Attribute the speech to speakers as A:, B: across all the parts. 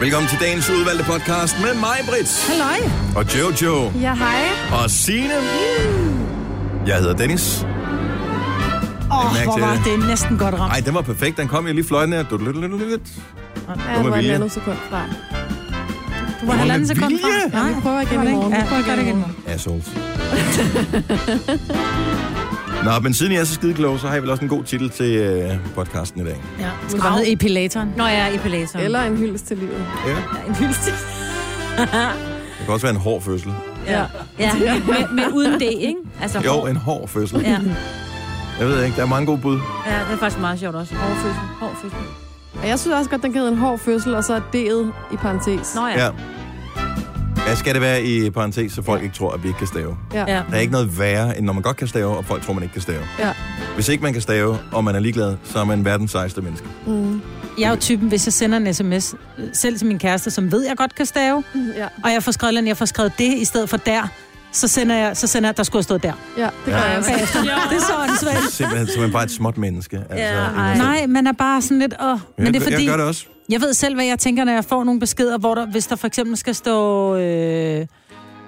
A: Velkommen til dagens udvalgte podcast med mig, Brits.
B: Halløj.
A: Og Jojo.
B: Ja, hej.
A: Og Signe. Jeg hedder Dennis.
B: Åh, oh,
A: mærke
B: hvor
A: til
B: var
A: det.
B: det næsten godt ramt.
A: Ej, den var perfekt. Den kom jo lige fløjtende. her. Dut-dut-dut-dut-dut.
C: Ja,
A: var
C: det var en
A: vilje.
C: anden sekund fra.
B: Du var halvanden
A: med
B: sekund fra.
A: vilje.
B: Nej,
C: vi prøver igen i morgen.
B: Ja,
C: Vi
B: vi prøver igen i morgen.
A: Assholes. Nå, men siden jeg er så skide klog, så har jeg vel også en god titel til øh, podcasten i dag.
B: Ja. Det skal bare hedde epilatoren. Nå ja, epilatoren.
C: Eller en hyldest til livet.
A: Ja.
B: en hyldest.
A: Det kan også være en hård fødsel.
C: Ja.
D: Ja, med, med uden det, ikke? Altså,
A: Jo,
D: hår.
A: en hård fødsel.
D: Ja.
A: Jeg ved ikke, der er mange gode bud.
D: ja, det er faktisk meget sjovt også. Hårfødsel. Hårfødsel.
C: Og jeg synes også godt, den kan hedde en hård fødsel, og så er D'et i parentes.
D: Nå ja.
A: Ja.
D: ja.
A: Ja, skal det være i parentes, så folk ikke tror, at vi ikke kan stave.
C: Ja.
D: ja.
C: ja.
A: Der er ikke noget værre, end når man godt kan stave, og folk tror, man ikke kan stave.
C: ja.
A: Hvis ikke man kan stave, og man er ligeglad, så er man verdens sejeste menneske.
C: Mm.
B: Jeg er jo typen, hvis jeg sender en sms øh, selv til min kæreste, som ved, jeg godt kan stave,
C: ja.
B: og jeg får skrevet, den, jeg får skrevet det i stedet for der, så sender jeg, så sender jeg, der skulle have stået der.
C: Ja, det gør
A: Ja.
C: ja. jeg også.
B: Bagefter. Det er så åndssvagt.
A: Simpelthen, så man bare er et småt menneske. Altså,
D: Ja,
A: en-
D: ej.
B: Nej, man er bare sådan lidt, åh,
A: Jeg,
B: men det er fordi,
A: jeg gør det også.
B: jeg ved selv, hvad jeg tænker, når jeg får nogle beskeder, hvor der, hvis der for eksempel skal stå, øh,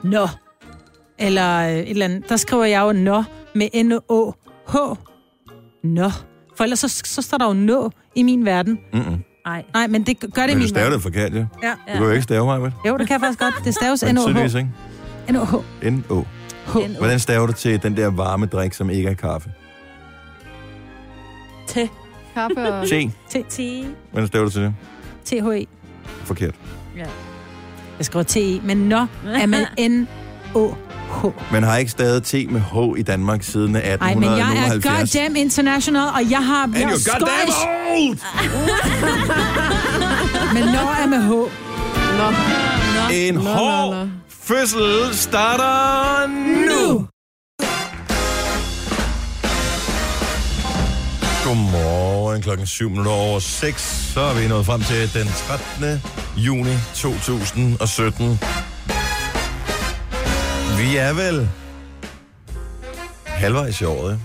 B: nå, eller øh, et eller andet, der skriver jeg jo nå med N-O-H, nå, for ellers så, så står der jo nå i min verden.
A: Mm-mm.
D: Ej.
B: Nej, men det gør det i
A: Men du
B: min
A: staver
B: verden.
A: det forkert, ja.
B: Ja.
A: Du kan jo ikke stave mig, vel?
B: Jo, det kan jeg faktisk godt. Det staves
A: Men tydeligvis,
B: N-O-H.
A: ikke?
B: N-O-H.
A: N-O.
D: N-O.
A: Hvordan staver du til den der varme drik, som ikke er kaffe?
D: Te.
C: Kaffe og...
A: T.
D: Te.
A: Hvordan staver du til det?
B: T-H-E.
A: Forkert.
B: E. Jeg skriver T-E, men nå er man N-O-H.
A: Man har ikke stavet T med H i Danmark siden 1870.
B: Ej, men jeg er goddamn international, og jeg har... jeg
A: And
B: er
A: you're goddamn
B: Scottish,
A: old!
B: Men nå er med H.
C: Nå.
A: En
C: nå,
A: hård
C: nå, nå.
A: fødsel starter nu! Godmorgen klokken 7 minutter over 6. Så er vi nået frem til den 13. juni 2017. Vi er vel halvvejs i året,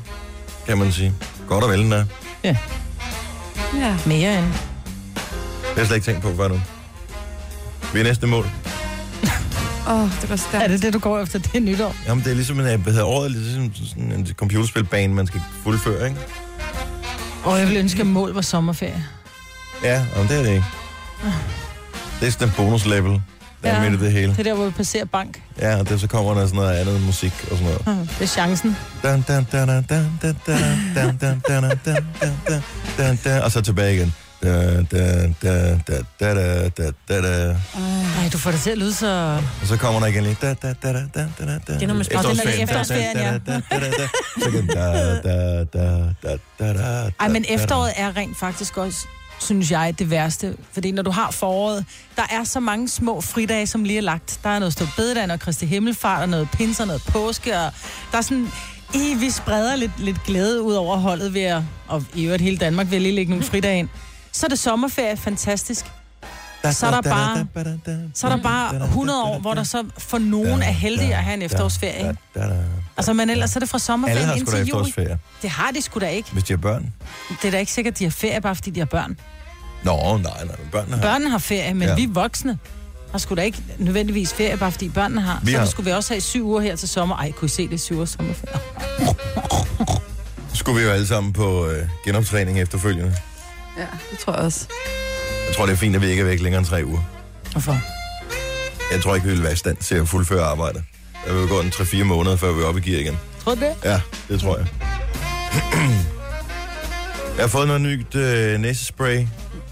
A: kan man sige. Godt og vel, den er.
C: Ja.
B: Mere end.
A: Det har jeg slet ikke tænkt på før nu. Vi er næste mål.
C: Åh, oh, det var
B: Er
C: stærkt.
B: det det, du går efter? Det er nytår.
A: Jamen, det er ligesom en, øh, hvad hedder året, er ligesom sådan en computerspilbane, man skal fuldføre, ikke?
B: Og jeg vil ønske, at mål var sommerferie.
A: Ja, jamen, det er det ikke. Det er sådan en bonus-level, der ja. er
B: Ja.
A: midt i det hele.
B: Det er der, hvor vi passerer bank.
A: Ja, og der så kommer der sådan noget andet musik og sådan noget.
B: Mm, Det er chancen.
A: Dun, dun, dun, dun, dun, dun, dun, dun, dun, dun, dun, dun, dun, dun, dun, dun. Og så tilbage igen. Dun, dun, dun, dun, dun, dun, dun, dun, dun.
B: Nej, du får det til at lyde så...
A: Og så kommer der igen lige... Da, da, da, da, da, da, da, da.
D: Det er, når man sparer-
B: Det er, når det er
A: Da, da, da, da, da, da. Så igen, da, da, da, da, da, da,
B: Ej, men
A: da, da.
B: efteråret er rent faktisk også synes jeg, det værste. Fordi når du har foråret, der er så mange små fridage, som lige er lagt. Der er noget stå bededag, noget Kristi Himmelfart, og noget pinser, noget påske, og der er sådan... I, vi spreder lidt, lidt glæde ud over holdet ved at, og i øvrigt hele Danmark vil lige lægge nogle fridage ind. Så er det sommerferie, fantastisk. så er der bare- Så er der bare 100 år, hvor der så for nogen er heldige at have en efterårsferie. ikke? Altså, men ellers er det fra
A: Alle har
B: sommerferien
A: sgu da
B: indtil jul.
A: efterårsferie,
B: Det har de sgu da ikke.
A: hvis de har børn.
B: Det er da ikke sikkert, at de har ferie, bare fordi de har børn.
A: Nå, nej, nej, men børnene har.
B: Børnene har ferie, men
A: Ja.
B: ja. vi voksne har sgu da ikke nødvendigvis ferie, bare fordi børnene har.
A: Vi
B: så
A: har-
B: har. skulle vi også have syv uger her til sommer. Ej, kunne I se det er syv uger sommerferie?
A: Skulle vi jo alle sammen på øh, genoptræning efterfølgende.
C: Ja, det tror jeg også.
A: Jeg tror, det er fint, at vi ikke er væk længere end tre uger.
B: Hvorfor?
A: Jeg tror ikke, vi vil være i stand til at fuldføre arbejdet. Der vil gå en 3-4 måneder, før vi er oppe i gear igen.
B: Tror du det?
A: Ja, det tror jeg. jeg har fået noget nyt øh, næsespray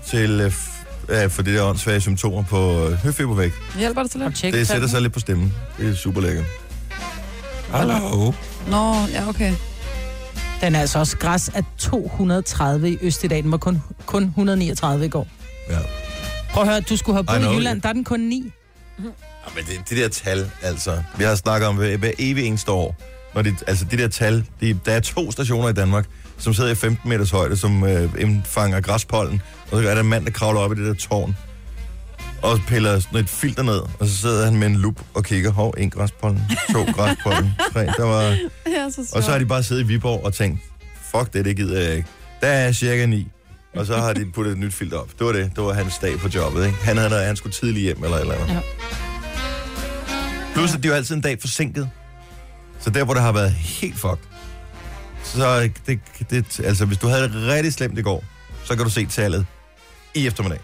A: til, øh, f- øh, for de der åndssvage symptomer på øh, høfebervæk.
C: Hjælper det til
B: Og
C: det?
B: tjek
A: Det sætter sig lidt på stemmen. Det er super lækkert. Hallo.
C: Nå, ja, okay.
B: Den er altså også græs af 230 i øst i dag. Den var kun, kun 139 i går.
A: Ja.
B: Prøv at høre, du skulle have
A: Ej,
B: boet
A: nå,
B: i Jylland, der er den kun 9.
A: Ja, men det, det der tal, altså. Vi har snakket om hver, hver evig eneste år. Når det, altså det der tal, det, der er to stationer i Danmark, som sidder i 15 meters højde, som øh, indfanger græspollen. Og så er der en mand, der kravler op i det der tårn. Og piller sådan et filter ned. Og så sidder han med en lup og kigger. Hov, en græspollen, to græspollen, tre. Der var...
C: Ja, så sjovt.
A: Og så har de bare siddet i Viborg og tænkt, fuck det, det gider jeg ikke. Der er cirka ni. og så har de puttet et nyt filter op. Det var det. Det var hans dag på jobbet, ikke? Han havde noget, han skulle tidligt hjem eller et eller andet.
B: Ja.
A: Ja. Plus, at det er jo altid en dag forsinket. Så der, hvor det har været helt fucked, så det, det, altså, hvis du havde det rigtig slemt i går, så kan du se tallet i eftermiddag.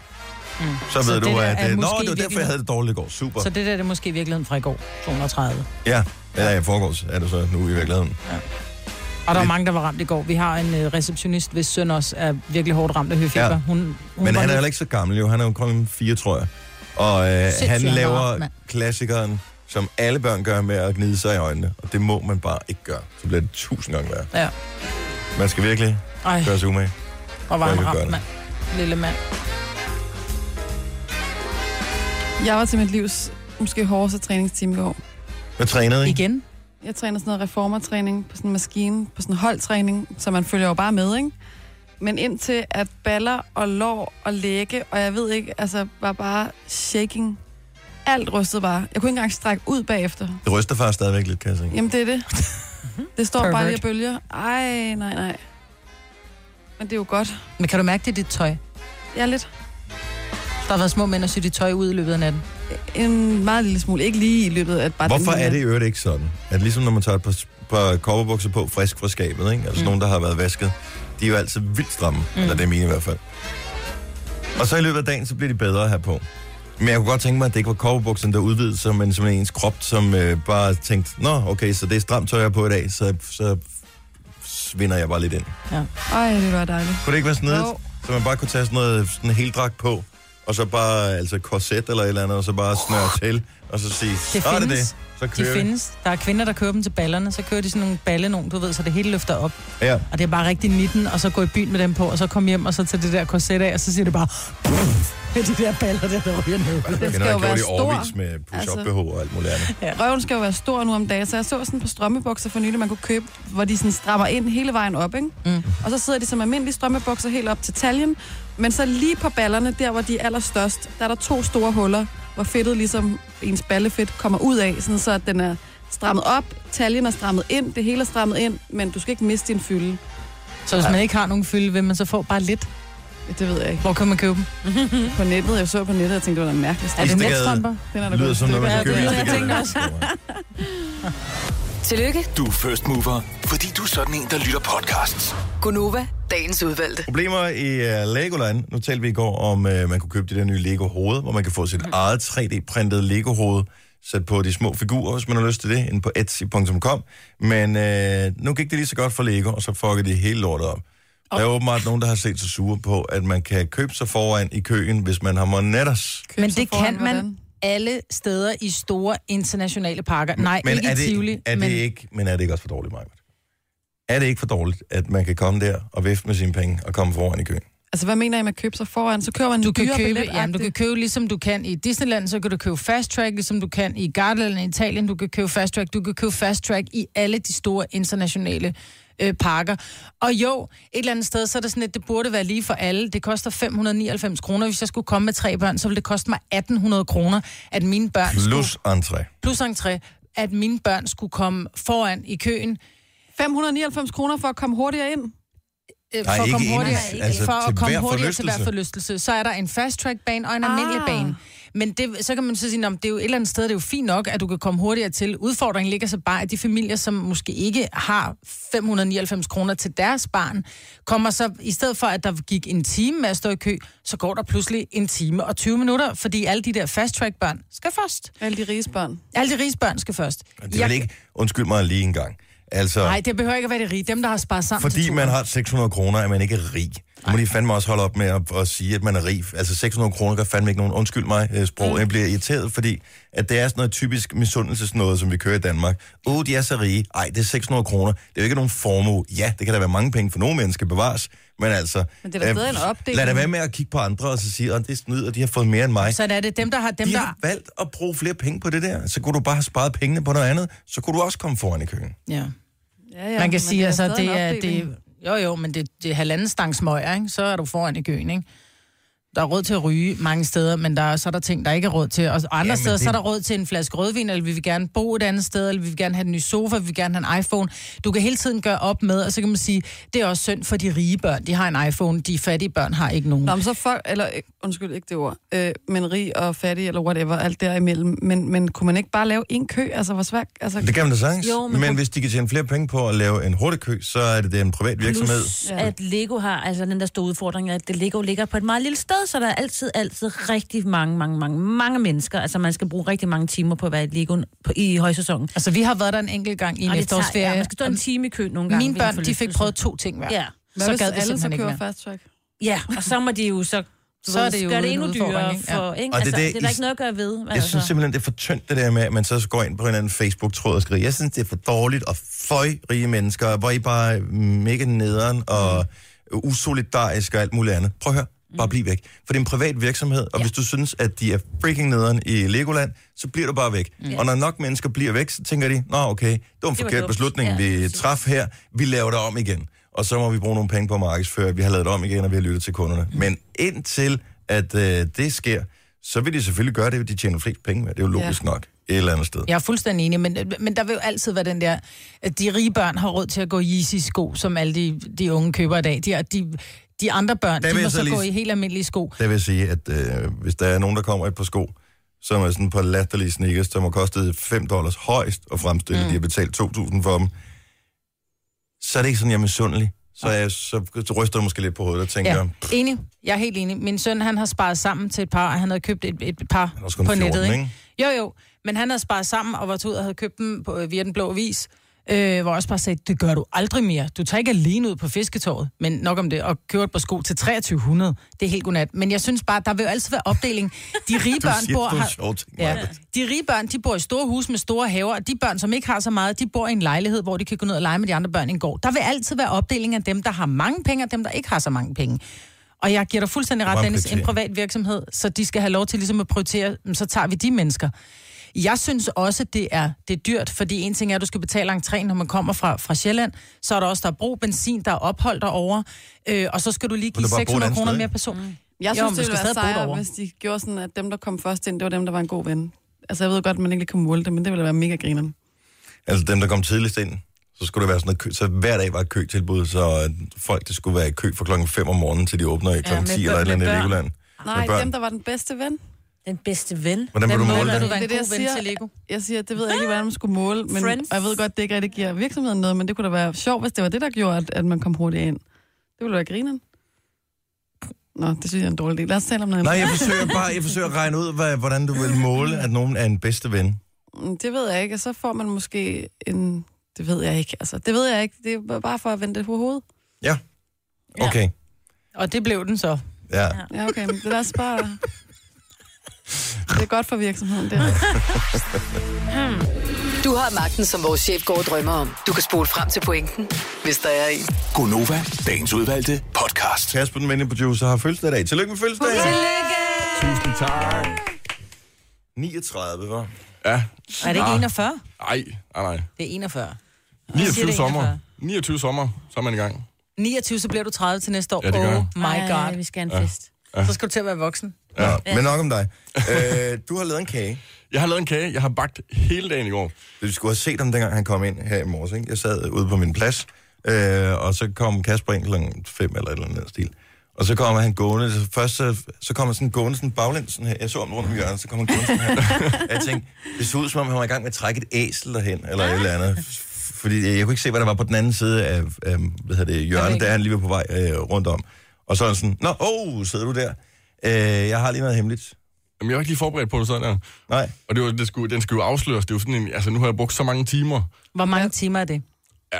B: Mm.
A: Så ved
B: Så det
A: du,
B: der
A: at...
B: er
A: øh, Nå,
B: måske i
A: det var derfor, jeg
B: virkeligheden-
A: havde det dårligt i går. Super.
B: Så det der det er måske i virkeligheden fra i går, 230.
A: Ja, eller i forgårs er det så nu i virkeligheden.
B: Og der var
A: Men-
B: mange, der var ramt i går. Vi har en øh, receptionist, hvis søn også er virkelig hårdt ramt af høfeber.
A: Ja.
B: Ja. Hun, hun
A: Men
B: var
A: han er
B: nødt-
A: heller ikke så gammel jo. Han er jo kun fire, tror jeg. Og øh,
B: Sindssygt,
A: han
B: han er
A: laver
B: ramt, mand.
A: klassikeren, som alle børn gør med at gnide sig i øjnene. Og det må man bare ikke gøre. Så bliver det tusind gange værre.
B: Ja.
A: Man skal virkelig
B: Ej,
A: gøre sig umage.
B: og var
A: jeg
B: han
A: kan gøre
B: ramt,
A: det.
B: mand. Lille mand.
C: Jeg var til mit livs måske hårdeste træningstime i går.
A: Hvad trænede I?
B: Igen?
C: Jeg træner sådan noget reformertræning på sådan en maskine, på sådan en holdtræning, så man følger jo bare med, ikke? Men indtil at baller og lår og lægge, og jeg ved ikke, altså var bare shaking. Alt rystede bare. Jeg kunne ikke engang strække ud bagefter.
A: Det ryster faktisk stadigvæk lidt, kan jeg sige.
C: Jamen, det er det. Det står bare
B: Pervert.
C: lige og bølger. Ej, nej, nej. Men det er jo godt.
B: Men kan du mærke det i dit tøj?
C: Jeg er lidt
B: Der har været små mænd, der syr dit tøj ud i løbet af natten. en
C: en meget lille smule. Ikke lige i løbet af bare den
A: Hvorfor
C: her
A: er det
C: nat.
A: i øvrigt ikke sådan, at ligesom når man tager et par, par kobberbukser på frisk fra skabet, ikke? altså mm.
B: Mm.
A: nogen, der har været vasket, de er jo altid vildt stramme, mm.
B: Mm.
A: eller det er mine i hvert fald. Og så i løbet af dagen, så bliver de bedre her på. Men jeg kunne godt tænke mig, at det ikke var kobberbukserne, der udvidede sig, men simpelthen ens krop, som øh, bare tænkte, nå, okay, så det er stramt tøj, jeg har på i dag, så, så svinder jeg bare lidt ind.
C: Ej, det var dejligt.
A: Kunne det ikke være sådan noget,
C: Jo.
A: så man bare kunne tage sådan noget sådan en heldragt på, og så bare, altså korset eller et eller andet, og så bare snøre til, og så sige, så er det
B: findes.
A: det, så
B: De
A: kører vi.
B: findes. Der er kvinder, der kører dem til ballerne. Så kører de sådan nogle balle nogen, du ved, så det hele løfter op.
A: Ja.
B: Og det er bare rigtig 19, og så gå i byen med dem på, og så komme hjem og så tage det der korset af, og så siger det bare... "Puff," Med de der baller der, der ryger ned.
A: Den
C: skal jo være
A: det i
C: stor.
A: årevis med push-up BH og alt muligt andet.
C: Røven skal jo være stor nu om dagen, så jeg så sådan på strømmebukser for nylig, man kunne købe, hvor de sådan strammer ind hele vejen op, ikke?
B: Mm.
C: Og så sidder de som almindelige strømmebukser helt op til taljen, men så lige på ballerne, der hvor de er allerstørst, der er der to store huller, hvor fedtet ligesom ens ballefedt kommer ud af, sådan så at den er strammet op, taljen er strammet ind, det hele er strammet ind, men du skal ikke miste din fylde.
B: Så hvis man ikke har nogen fylde, vil man så få bare lidt.
C: Det ved jeg ikke.
B: Hvor kan man købe dem?
C: På nettet, jeg så på nettet, og tænkte, det var da mærkeligt.
B: Er det
A: Istegade.
B: netstrømper?
C: Den er da
A: Det lyder
C: god.
A: som noget, man
B: Ja,
A: kan købe.
B: det
A: hvis
B: lyder
A: det
B: jeg
A: gælder.
E: Tillykke,
F: Du er first mover, fordi du er sådan en, der lytter podcasts.
E: Gunova, dagens udvalgte.
A: Problemer i uh, Legoland. Nu talte vi i går om, uh, man kunne købe det der nye Lego-hoved, hvor man kan få sit eget 3D-printet Lego-hoved sat på de små figurer, hvis man har lyst til det, inde på etsy.com. Men uh, nu gik det lige så godt for Lego, og så fuckede de hele lortet op. Der er åbenbart nogen, der har set sig sure på, at man kan købe sig foran i køen, hvis man har monetters.
C: Køb
B: Men
C: så
B: det
C: foran,
B: kan man
C: hvordan?
B: alle steder i store internationale parker. Nej,
A: men
B: ikke
A: er
B: i
A: det,
B: Tivoli.
A: er det
B: men
A: ikke, men er det ikke også for dårligt, Maja? Er det ikke for dårligt, at man kan komme der og vifte med sine penge og komme foran i køen?
C: Altså, hvad mener I med at købe sig foran? Så køber man
B: du
C: en
B: kan
C: dyrere
B: købe,
C: billet,
B: ja, du kan købe ligesom du kan i Disneyland, så kan du købe Fast Track, ligesom du kan i Gardaland i Italien, du kan købe Fast Track, du kan købe Fast Track i alle de store internationale øh, parker. Og jo, et eller andet sted, så er det sådan lidt, det burde være lige for alle. Det koster 599 kroner. Hvis jeg skulle komme med tre børn, så ville det koste mig 1800 kroner, at mine børn skulle,
A: Plus entré.
B: plus entré, at mine børn skulle komme foran i køen.
C: 599 kroner for at komme hurtigere ind.
B: øh, for
A: Nej,
B: at
A: ikke
B: komme
A: ens.
B: hurtigere,
A: Altså,
B: altså, for
A: til
B: at komme
A: hver
B: hurtigere til hver
A: forlystelse.
B: forlystelse. Så er der en fast track bane og en almindelig
C: Ah.
B: bane. Men det, så kan man så sige, at det er jo et eller andet sted, det er jo fint nok, at du kan komme hurtigere til. Udfordringen ligger så bare, at de familier, som måske ikke har 599 kroner til deres barn, kommer så, i stedet for at der gik en time med at stå i kø, så går der pludselig en time og 20 minutter, fordi alle de der fast track børn skal først.
C: Alle de riges børn.
B: Alle de rige børn skal først.
A: Det er vel ikke... Undskyld mig lige en gang. Altså,
B: Nej, det behøver ikke at være de rige. Dem, der har sparet sammen til
A: fordi
B: turen.
A: man har 600 kroner, er man ikke rig. Nu må de fandme også holde op med at, at sige, at man er rig. Altså 600 kroner gør fandme ikke nogen. Undskyld mig, øh, sprog. Mm. Jeg bliver irriteret, fordi at det er sådan noget typisk misundelsesnået, som vi kører i Danmark. Åh, oh, de er så rige. Ej, det er 600 kroner. Det er jo ikke nogen formue. Ja, det kan da være mange penge for nogle mennesker bevares. Men altså,
C: Men det er da bedre end opdeling.
A: lad da være med at kigge på andre og så sige, at det er snyd, og de har fået mere end mig.
B: Så er det dem, der har dem,
A: Dem, de
B: der...
A: har valgt at bruge flere penge på det der. Så kunne du bare have sparet pengene på noget andet. Så kunne du også komme foran i køen.
B: Ja.
C: Ja, ja,
B: Man kan
C: men
B: sige, altså,
C: stadig
B: det
C: en
B: er,
C: opdeling.
B: det, jo jo, men det, det er halvanden stangs møger, ikke? så er du foran i køen, ikke? Der er råd til at ryge mange steder, men der er, så er der ting, der ikke er råd til. Og andre
A: Jamen,
B: steder, det... så er
A: det-
B: der råd til en flaske rødvin, eller vi vil gerne bo et andet sted, eller vi vil gerne have en ny sofa, vi vil gerne have en iPhone. Du kan hele tiden gøre op med, og så kan man sige, det er også synd for de rige børn, de har en iPhone, de fattige børn har ikke nogen.
C: Nå, men så folk, eller øh, undskyld, ikke det ord, øh, men rig og fattig, eller whatever, alt derimellem. Men, men kunne man ikke bare lave en kø? Altså, hvor svært? Altså,
A: Det kan man da sagtens.
D: Jo,
A: men
D: men-
A: hvis de kan tjene flere penge på at lave en hurtigkø, så er det, det er en privat virksomhed.
D: Plus, at Lego har, altså den der store udfordring, at det Lego ligger på et meget lille sted, så der er altid, altid rigtig mange, mange, mange, mange mennesker. Altså man skal bruge rigtig mange timer på at være i Lego på, i højsæsonen.
B: Altså, vi har været der en enkelt gang i en
D: Og det tager,
B: efterårsferie.
D: ja, man skal stå en time i kø nogle gange.
B: Mine
D: ved en
B: børn, de fik
D: forlystelse.
B: prøvet to ting hver.
D: Ja.
C: hvad
B: så
C: hvis
B: gad vi
C: alle så
B: simpelthen ikke
C: kører
B: mere.
C: fast track?
D: ja, og så må de jo så...
B: Så er det jo
D: gør det
B: en
D: endnu
B: udfordring,
D: dyrere
B: ikke? Ja.
D: for... Ikke?
A: Og det er
D: Altså,
A: det,
D: det, er der
A: I-
D: ikke noget at gøre ved. altså.
A: Jeg synes simpelthen, det er for tyndt det der med, at man så går ind på en eller anden Facebook-tråd og skriver, jeg synes, det er for dårligt og føj rige mennesker, hvor I bare er mega nederen og
D: Mm.
A: usolidarisk og alt muligt andet. Prøv at høre, bare bliv væk. For det er en privat virksomhed, og ja. hvis du synes, at de er freaking nederen i Legoland, så bliver du bare væk. Mm. Og når nok mennesker bliver væk, så tænker de, nå okay, det var en
D: var
A: forkert
D: dumt."
A: beslutning,
D: Ja,
A: vi
D: præcis.
A: traf her, vi laver det om igen. Og så må vi bruge nogle penge på at markedsføre, at vi har lavet det om igen, og vi har lyttet til kunderne. Mm. Men indtil, at øh, det sker, så vil de selvfølgelig gøre det, de tjener flest penge med. Det er jo logisk ja. nok et eller andet sted.
B: Jeg er fuldstændig enig, men, men der vil jo altid være den der, at de rige børn har råd til at gå i Yeezy-sko, som alle de, de unge køber i dag. De, er- de, de andre børn,
A: Der vil
B: de må
A: jeg så
B: så
A: lige-
B: gå i helt almindelige sko.
A: Det vil jeg sige, at øh, hvis der er nogen, der kommer et par sko, som er sådan på latterlige sneakers, som har kostet 5 dollars højst at fremstille, mm. de har betalt 2.000 for dem, så er det ikke sådan, jeg er misundelig. Så, er jeg, så ryster jeg måske lidt på hovedet og tænker, ja.
B: Ja,
A: han
B: enig. Jeg er helt enig. Min søn, han har sparet sammen til et par, og han havde købt et, et par
A: er også
B: på
A: kun 14,
B: nettet,
A: ikke?
B: ikke? Jo, jo. Men han havde sparet sammen og var tog ud og havde købt dem på, via den blå vis. Øh, hvor jeg også bare sagde, det gør du aldrig mere. Du tager ikke alene ud på fisketåret, men nok om det, og køber et par sko til 2300. Det er helt godnat. Men jeg synes bare, der vil jo altid være opdeling. De rige
A: Du
B: børn
A: siger,
B: bor...
A: du er
B: Har,
A: sjov ting,
B: ja,
A: Maja.
B: de rige børn, de bor i store huse med store haver, og de børn, som ikke har så meget, de bor i en lejlighed, hvor de kan gå ned og lege med de andre børn i en gård. Der vil altid være opdeling af dem, der har mange penge, og dem, der ikke har så mange penge. Og jeg giver dig fuldstændig
A: var
B: ret,
A: en
B: Dennis, en
A: prioritering.
B: privat virksomhed, så de skal have lov til ligesom at prioritere, "Mm, så tager vi de mennesker. Jeg synes også, det er, det er dyrt, fordi en ting er, at du skal betale entréen, når man kommer fra, fra Sjælland. Så er der også, der er brug benzin, der er ophold derovre. Øh, og så skal du lige
A: du
B: give
A: bare bo et
B: 600
A: andet
B: kroner
A: sted,
B: mere
A: ikke?
B: person. Mm.
C: Jeg
B: Jo,
C: synes,
B: men
C: det
B: du
C: ville
B: skal
C: være
B: stadig bo
C: sejere,
B: derovre.
C: hvis de gjorde sådan, at dem, der kom først ind, det var dem, der var en god ven. Altså, jeg ved godt, at man ikke lige kan måle det, men det ville være mega grineren.
A: Altså dem, der kom tidligst ind, så skulle der være sådan noget kø, så hver dag var et køtilbud, så øh, folk, det skulle være i kø fra klokken 5 om morgenen, til de åbner i klokken
D: med
A: 10
D: børn-
A: eller et eller andet i
D: med børn.
A: Legoland.
C: Nej,
A: Med børn.
C: dem, der var den bedste ven.
D: Den bedste ven.
A: Hvordan vil
B: Den
A: du
B: måde,
A: måle
B: der
A: det?
B: du var en
C: Det er det,
B: god
C: jeg
B: ven
C: siger.
B: til Lego.
C: Jeg siger, det ved jeg ikke, hvordan man skulle måle, men
D: Friends.
C: og jeg ved godt, det ikke rigtig giver virksomheden noget, men det kunne da være sjovt, hvis det var det, der gjorde, at, at man kom hurtigt ind. Det ville være grineren. Nå, det synes jeg er en dårlig del. Lad os tale om noget.
A: Nej,
C: andet.
A: jeg forsøger bare jeg forsøger at regne ud, hvad, hvordan du vil måle, at nogen er en bedste ven.
C: Mm, Det ved jeg ikke, og så får man måske en... Det ved jeg ikke, altså. Det ved jeg ikke. Det er bare for at vende det på hovedet.
A: Ja. Okay.
B: Og det blev den så.
A: Ja.
C: Ja, okay, men det er også bare... Det er godt for virksomheden, det her.
E: Hmm. Du har magten, som vores chef går og drømmer om. Du kan spole frem til pointen, hvis der er en.
F: Gonova, dagens udvalgte podcast.
A: Kasper, den venlige producer, har fødselsdag i dag. Tillykke med fødselsdagen.
G: Tusind tak.
A: 39, var.
G: Ja.
B: Er det ikke
G: Ah,
B: 41?
G: Nej, nej, nej.
B: Det er 41. siger det
G: 29
B: en af
G: sommer.
B: fyrre.
G: 29 sommer, så er man i gang.
B: 29, så bliver du 30 til næste år.
G: Ja, det gør
B: oh
G: jeg.
B: my god.
D: Ej, vi skal have en fest.
B: Så skal du til at være voksen.
A: Ja. Nå, men nok om dig. Øh, du har lavet en kage.
G: Jeg har lavet en kage, jeg har bagt hele dagen i går.
A: Du skulle have set ham, dengang han kom ind her i morges. Ikke? Jeg sad ude på min plads, øh, og så kom Kasper ind klokken 5 eller et eller andet stil. Og så kommer han gående. Så først så, så kom han sådan gående sådan baglæns. Sådan her. Jeg så ham rundt om hjørnet, så kom han gående sådan her. Og jeg tænkte, det så ud som om, han var i gang med at trække et æsel derhen, eller et eller andet. F- Fordi jeg kunne ikke se, hvad der var på den anden side af, af hvad hedder det, hjørnet, der han lige var på vej øh, rundt om. Og så er han sådan, nå, åh, oh, sidder du der? Øh, jeg har lige noget hemmeligt.
G: Jamen, jeg var ikke lige forberedt på det sådan der.
A: Nej,
G: Og det var, det skulle, den skulle jo afsløres. Det er jo sådan en, altså nu har jeg brugt så mange timer.
B: Hvor mange ja. timer er det?
G: Ja,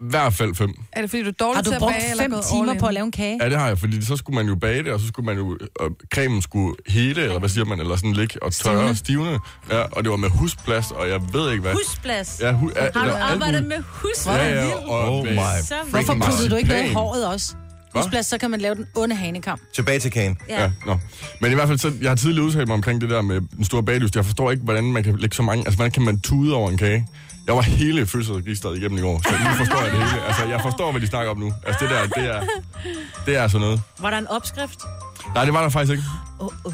G: I hvert fald fem.
C: Er det fordi, du er dårlig
B: Har du
C: til at
B: brugt
C: bage, eller
B: fem
C: gået all
B: timer
C: in?
B: på at lave en kage?
G: Ja, det har jeg, fordi så skulle man jo bage det, og så skulle man jo, og cremen skulle hele, eller hvad siger man, eller sådan ligge og tørre og stivne. Ja, og det var med husplads, og jeg ved ikke hvad.
D: Husplads.
G: Ja, hu- ja,
D: Har
G: der
D: du
G: er alt
D: arbejdet
G: muligt.
D: med husplads?
G: Ja, ja, og
A: Oh
G: med
A: my
G: freaking
B: Hvorfor puttede du ikke noget i
G: marcipan.
B: håret også? Husplads, så kan man lave den onde hanekam.
A: tilbage til kagen.
G: Ja. ja no. Men i hvert fald, så, jeg har tidligere udtalt mig omkring det der med den store baglyst. Jeg forstår ikke, hvordan man kan lægge så mange... Altså, hvordan kan man tude over en kage? Jeg var hele fødselsregisteret igennem i går, så nu forstår jeg det hele. Altså, jeg forstår, hvad de snakker om nu. Altså, det der, det er, det er sådan noget.
D: Var der en opskrift?
G: Nej, det var der faktisk ikke.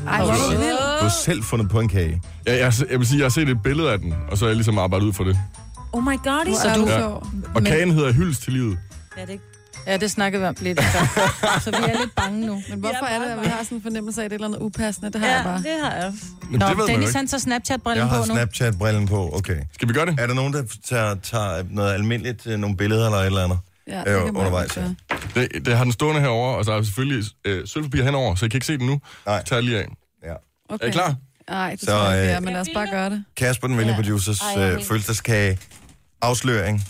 C: Ej, hvor er du vild.
A: Du har selv fundet på en kage.
G: Jeg, jeg, jeg vil sige, jeg har set et billede af den, og så har jeg ligesom arbejdet ud fra det.
D: Oh my god, I
C: Hvor
D: så
C: er
D: du...
C: du
G: Ja.
C: sjov.
G: Og
B: Men-
G: Men... kagen hedder Hylds til livet.
D: Ja, det er ikke...
B: Ja, det snakkede vi om lidt før. Så vi er lidt bange nu.
C: Men hvorfor er det, at vi har sådan en fornemmelse af, at det er et eller andet upassende? Det har jeg bare.
D: Ja, det har jeg.
G: Men det
B: Nå,
G: ved man jo
B: Dennis
G: ikke.
B: han så
A: Jeg
B: Snapchat-brillen på
A: har
B: nu.
A: Snapchat-brillen på, okay.
G: Skal vi gøre det?
A: Er der nogen, der tager, tager noget almindeligt, øh, nogle billeder eller et eller andet?
C: Ja,
A: Øh,
C: det kan man
A: undervejs,
C: godt gøre.
G: Det, det har den stående herover, og så er selvfølgelig øh, sølvpapir henover, så I kan ikke se den nu.
A: Nej.
G: Så tager jeg lige af.
A: Ja.
C: Okay.
G: Er I klar?
C: Nej, det
A: Så,
C: tror jeg ikke, det er,
A: øh,
C: men lad os bare gøre det.
A: Kasper, den venlige ja. producers øh, fødselsdagskage. Afsløring.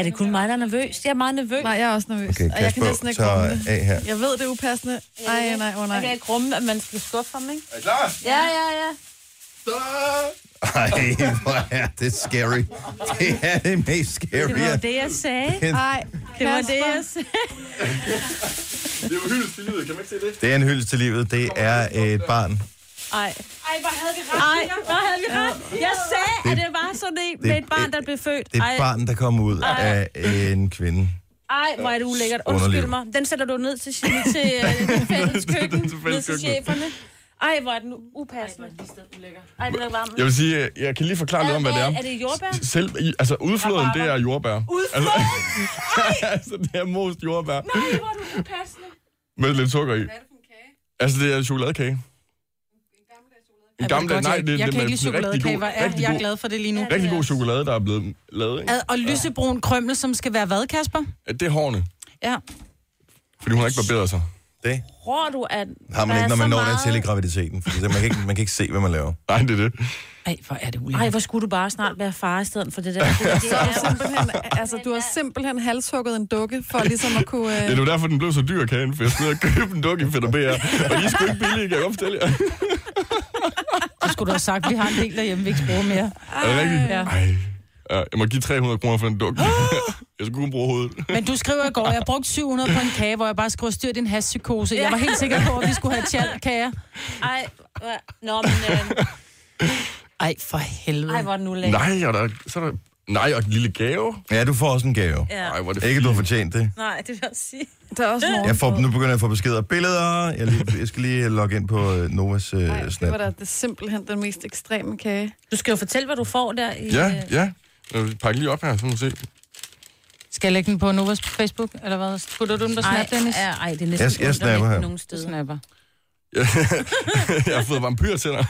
D: Er det kun mig, der er nervøs? Jeg er meget nervøs.
C: Nej, jeg er også nervøs.
A: Okay,
C: og jeg kan næsten
A: Kasper
C: ikke rumme det.
A: tager af her.
C: Jeg ved, det er upassende. Ej, nej, åh nej.
D: Øh, Jeg kan ikke rumme, at man skal skuffe ham, ikke?
A: Er I klar?
D: Ja, ja, ja.
A: Ej, hvor er det scary. Det er det mest scary.
D: Det var det, jeg sagde.
C: Ej,
D: Det var det, jeg sagde.
G: Det er jo Hylds til livet, kan man ikke se det?
A: Det er en hyldest til livet. Det er et barn.
D: Ej. Ej, hvor havde vi ret. Jeg sagde, at det var sådan en med et barn, der blev født.
A: Det er
D: Ej,
A: et barn, der kommer ud af en kvinde.
D: ej hvor er det ulækkert. Undskyld
A: Underliv.
D: mig. Den sætter du ned til, til, til øh, fælles køkken,
G: Til fælles
D: ned til
G: køkken.
D: cheferne. Ej, hvor er den upassende. Ej, den er varm.
G: Jeg vil sige, øh, jeg kan lige forklare lidt om, hvad det er.
D: Er det jordbær?
G: S- Selv, i- altså udfloden, det er jordbær. Udfloden? Altså, altså, det er most jordbær.
D: Ej, hvor er den upassende.
G: Med lidt sukker i. Hvad er det for en kage? Altså, det er chokoladekage. En gammeldags
B: godt,
G: chokoladekage?
B: jeg,
G: Nej, det,
B: jeg
G: det
B: kan
G: med
B: ikke lide
G: sådan rigtig
B: chokoladekage. Hvor
G: god-
B: er
G: rigtig
B: jeg er
G: god-
B: glad for det lige nu?
G: Rigtig god chokolade, der er blevet lavet, ikke?
B: Ad- Og lysebrun krømmel, som skal være hvad, Kasper?
G: Ja, Det er hårene,
B: Ja.
G: fordi hun har ikke barberet sig.
A: Det
D: Tror du, at
A: har man ikke, når
D: der
A: man
D: er så
A: når
D: meget-
A: dertil i graviditeten. Fordi man kan, ikke, man kan ikke se, hvad man laver.
G: Nej, det er det.
B: Ej, hvor er det
D: Ej,
B: ulækkert.
D: hvor skulle du bare snart være far i stedet for det der. Det, der, det
C: Du har
D: er,
C: simpelthen, altså, du har simpelhen halshugget en dukke, for ligesom at kunne...
G: Ja,
C: Øh...
G: det var derfor, den blev så dyr, kagen, for jeg skulle ned og købe en dukke i Fedder BR. Og de er sgu ikke billige, kan jeg godt fortælle jer.
B: Det skulle du have sagt. Vi har en del derhjemme, vi ikke bruger mere.
G: Er det rigtigt?
B: Ja.
G: Ej. Ja, jeg må give 300 kroner for den dukke. jeg skulle kun bruge hovedet.
B: Men du skriver i går, jeg brugte 700 på en kage, hvor jeg bare skrev, styr din hashpsykose. Jeg var helt sikker på, at vi skulle have tjalkager.
D: ej, hva- nå, men, øh,
B: Ej, for helvede.
D: ej, hvor er den ulækkert.
G: Nej, og der, så er der... Nej, og en lille gave.
A: Ja, du får også en gave.
D: Ja.
G: Ej, hvor er det
A: Ikke,
G: fint.
A: du har fortjent det.
D: Nej, det vil jeg sige.
C: Der er også morgen.
A: Jeg får, nu begynder jeg at få beskeder og billeder. Jeg, lige, jeg skal lige logge ind på øh, Novas øh,
C: Ej, det
A: snap.
C: var da det simpelthen den mest ekstreme kage.
D: Du skal jo fortælle, hvad du får der. I,
G: Ja,
D: øh,
G: ja. Øh, Pak lige op her, så må du se.
B: Skal jeg lægge den på Novas Facebook, eller hvad? Putter du den på
D: Ej,
B: Snap, Dennis?
D: ja, ej, det er
A: Jeg-
D: næsten
A: jeg snapper her.
D: nogen steder.
B: Snapper.
G: Jeg har fået vampyrtænder.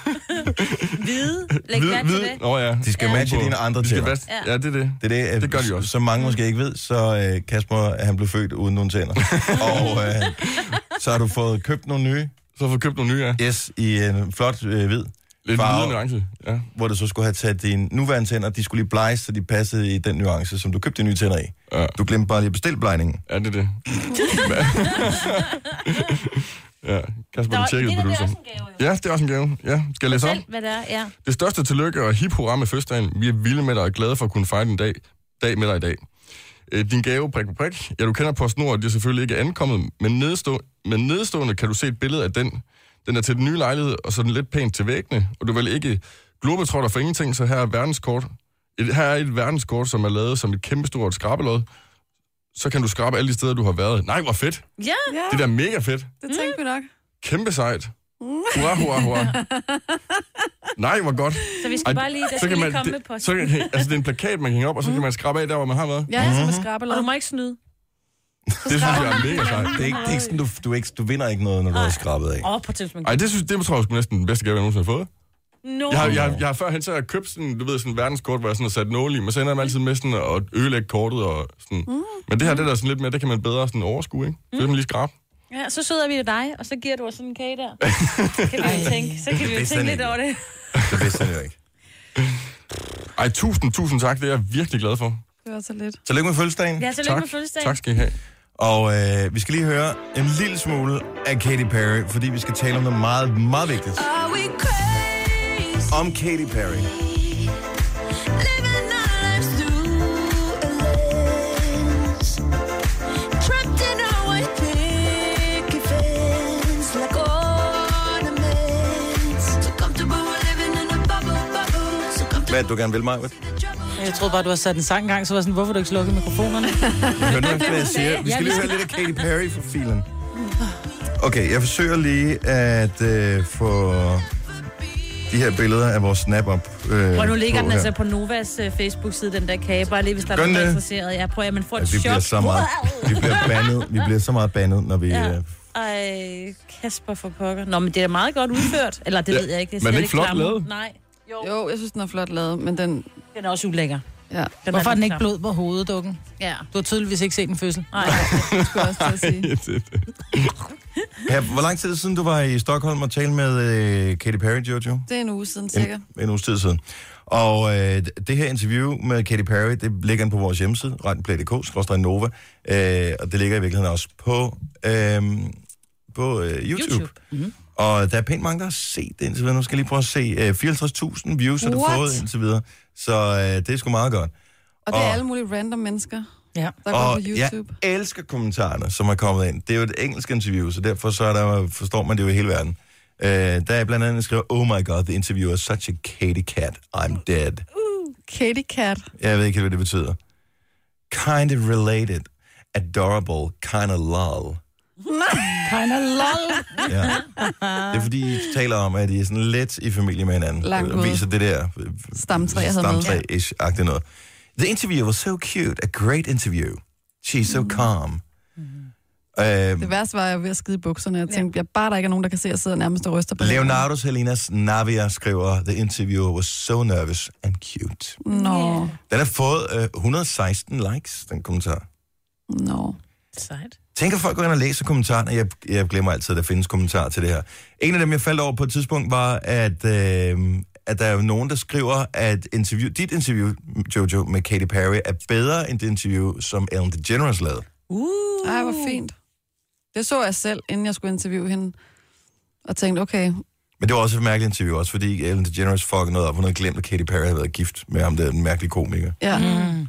D: Hvide, læg
G: Hvid,
D: mærke til
G: hvid.
D: det.
G: Nå ja.
A: De skal
G: Ja.
A: matche dine andre
G: De skal
A: tænder.
G: matche- Ja, det er det.
A: Det, er det, øh,
G: Det gør de også.
A: Som
C: Mm.
A: mange måske ikke ved, så øh, Kasper, han blev født uden nogle tænder. og øh, så har du fået købt nogle nye,
G: Så har jeg fået købt nogle nye, ja.
A: yes, i en flot øh, hvid,
G: Lidt
A: Farve.
G: hvide og nuance. Ja.
A: hvor du så skulle have taget dine nuværende tænder, de skulle lige bleges, så de passede i den nuance, som du købte de nye tænder i.
G: Ja.
A: Du glemte bare lige at bestille blegningen.
G: ja, det er det. ja, Kasper, du tjekkede
D: det er da
G: producer.
D: også en gave, jo.
G: Ja, det er også en gave. Ja, skal jeg læse op?
D: Selv, hvad det er, ja.
G: Det største tillykke og hip hurra med fødselsdagen. Vi er vilde med dig og glade for at kunne fejre din dag, dag med dig i dag. Øh, Din gave, prik på prik. Ja, du kender PostNord, og det er selvfølgelig ikke ankommet, men nedstå men nedstående kan du se et billede af den. Den er til den nye lejlighed, og så er den lidt pænt til væggene, og du vil ikke globetrotter for ingenting, så her er verdenskort. Et, her er et verdenskort, som er lavet som et kæmpestort skrabelod. Så kan du skrabe alle de steder, du har været. Nej, hvor fedt.
D: Ja,
C: Ja,
G: Det der er mega fedt.
C: det tænkte vi nok.
G: Kæmpe sejt. Hurra, hurra, hurra. Nej, hvor godt.
D: så vi skal bare lige, der
G: Så
D: skal
G: kan
D: lige
G: man,
D: komme Mhm. med
G: det, så
D: posten.
G: kan, altså, det er en plakat, man kan hænge op, og så kan man skrabe af der, hvor man har været.
C: Ja, jeg er som en
D: Og du
C: skrabelov.
D: må ikke snyde.
G: Mhm. Det synes jeg er mega sejt.
A: Det er ikke, det er ikke sådan, du, du, er ikke, du vinder ikke noget, når du har skrabet af.
D: Åh, oh, på tidspunkt.
G: Ej, det, synes, det tror jeg sgu næsten den bedste gave, jeg nogensinde har fået.
D: No.
G: Jeg har, jeg, har- jeg har førhen så har jeg købt sådan, du ved, sådan en verdenskort, hvor jeg sådan har sat nål i, men så ender jeg altid med sådan at ødelægge kortet og sådan. Men det her, det der er sådan lidt mere, det kan man bedre sådan overskue, ikke? Så kan man lige skrabe.
D: Ja, så sidder vi ved dig, og så giver du os sådan en kage der. kan vi jo tænke, så kan vi jo
A: vidste
D: tænke
A: han
D: lidt
A: ikke.
D: over det.
A: Det vidste han jo ikke.
G: Ej, tusind, tusind tak, det er jeg virkelig glad for.
C: Det var så lidt.
A: Tillykke med fødselsdagen.
D: Ja, så lykke
G: Tak.
D: med fødselsdagen.
G: Tak skal I have.
A: Og øh, vi skal lige høre en lille smule af Katy Perry, fordi vi skal tale om noget meget, meget vigtigt. Om Katy Perry. Hvad er det, du gerne vil, mig?
B: Jeg troede bare, du har sat en sang i gang, så var jeg sådan, hvorfor har du ikke slukket mikrofonerne?
A: Hør nu, hvad jeg siger. Vi skal lige høre lidt af Katy Perry for filen. Okay, jeg forsøger lige at øh, få de her billeder af vores snap op. Øh,
D: Og nu ligger
A: på
D: den
A: her.
D: altså på Novas øh, Facebook-side, den der kage. Bare lige, hvis der er
A: Gør den
D: nogen, der er
A: det?
D: interesseret. Jeg prøver, at man får et
A: At vi
D: chok.
A: bliver så meget, vi bliver bandet, vi bliver så meget bandet, når vi...
D: Ja.
A: Ja. Øh,
D: Ej, Kasper for pokker. Nå, men det er da meget godt udført. Eller det
G: Ja,
D: ja, ved jeg ikke. Det er
G: men
D: slet
G: ikke flot
D: klamme.
G: lavet.
D: Nej,
C: Jo, jeg synes, den er flot lavet, men den...
D: den er også ulækker.
C: Ja,
D: Den
B: Hvorfor er den ikke
D: klam.
B: blod på hovedet, dukken?
D: Ja.
B: Du har tydeligvis ikke set en fødsel.
D: Nej,
C: det skulle jeg også til at sige.
A: ja, hvor lang tid siden du var i Stockholm og talte med øh, Katy Perry, Jojo?
C: Det er en uge siden, cirka.
A: En, en uges tid siden. Og øh, det her interview med Katy Perry, det ligger inde på vores hjemmeside, rettenplay.dk, skrådstræk Nova, øh, og det ligger i virkeligheden også på, øh, på øh, YouTube.
D: YouTube.
A: YouTube.
D: Mm-hmm.
A: Og der er pænt mange, der har set det indtil videre. Nu skal jeg lige prøve at se. Øh, 54.000 views har det
C: What?
A: fået indtil videre. Så øh, det er sgu meget godt.
C: Og det er
A: Og-
C: alle mulige random mennesker,
B: Ja.
C: der går
A: Og
C: på YouTube.
A: jeg elsker kommentarerne, som er kommet ind. Det er jo et engelsk interview, så derfor så er der, forstår man det jo i hele verden. Øh, der er blandt andet, der skriver, Oh my god, the interviewer is such a Katy cat, I'm dead.
C: Katy Cat.
A: Jeg ved ikke, helt, hvad det betyder. Kind of related, adorable, kind of lol.
B: Kind of lol.
A: Ja. Det er fordi, I taler om, at I er sådan lidt i familie med hinanden.
C: Ah.
A: øh,
C: Langt
A: og
C: ude.
A: viser det der
C: Stamtræ, jeg havde med.
A: stamtræ-ish-agtigt noget. The interview was so cute, a great interview. She's so calm. Øhm,
C: Mm. Det værste var, at jeg var ved at skide i bukserne. Jeg tænkte, jeg bare der ikke er nogen, der kan se, at jeg sidder nærmest og ryster på
A: Leonardo Salinas Navia skriver, the interviewer was so nervous and cute.
C: hænderne. Nå,
A: Den har fået øh, 116 likes, den kommentar.
C: nå.
D: Sejt.
A: Tænk, at folk går ind og læser kommentarerne. Jeg, jeg glemmer altid, at der findes kommentarer til det her. En af dem, jeg faldt over på et tidspunkt, var, at, øh, at der er jo nogen, der skriver, at interview, dit interview, Jojo, med Katy Perry, er bedre end det interview, som Ellen DeGeneres lavede.
D: Uh.
C: Ej, hvor fint. Det så jeg selv, inden jeg skulle interviewe hende. Og tænkte, okay,
A: Men det var også et mærkeligt interview, også fordi Ellen DeGeneres fuckede noget op. Hun havde glemt, at Katy Perry havde været gift med ham, der den mærkelige komiker.
C: ja. Mm.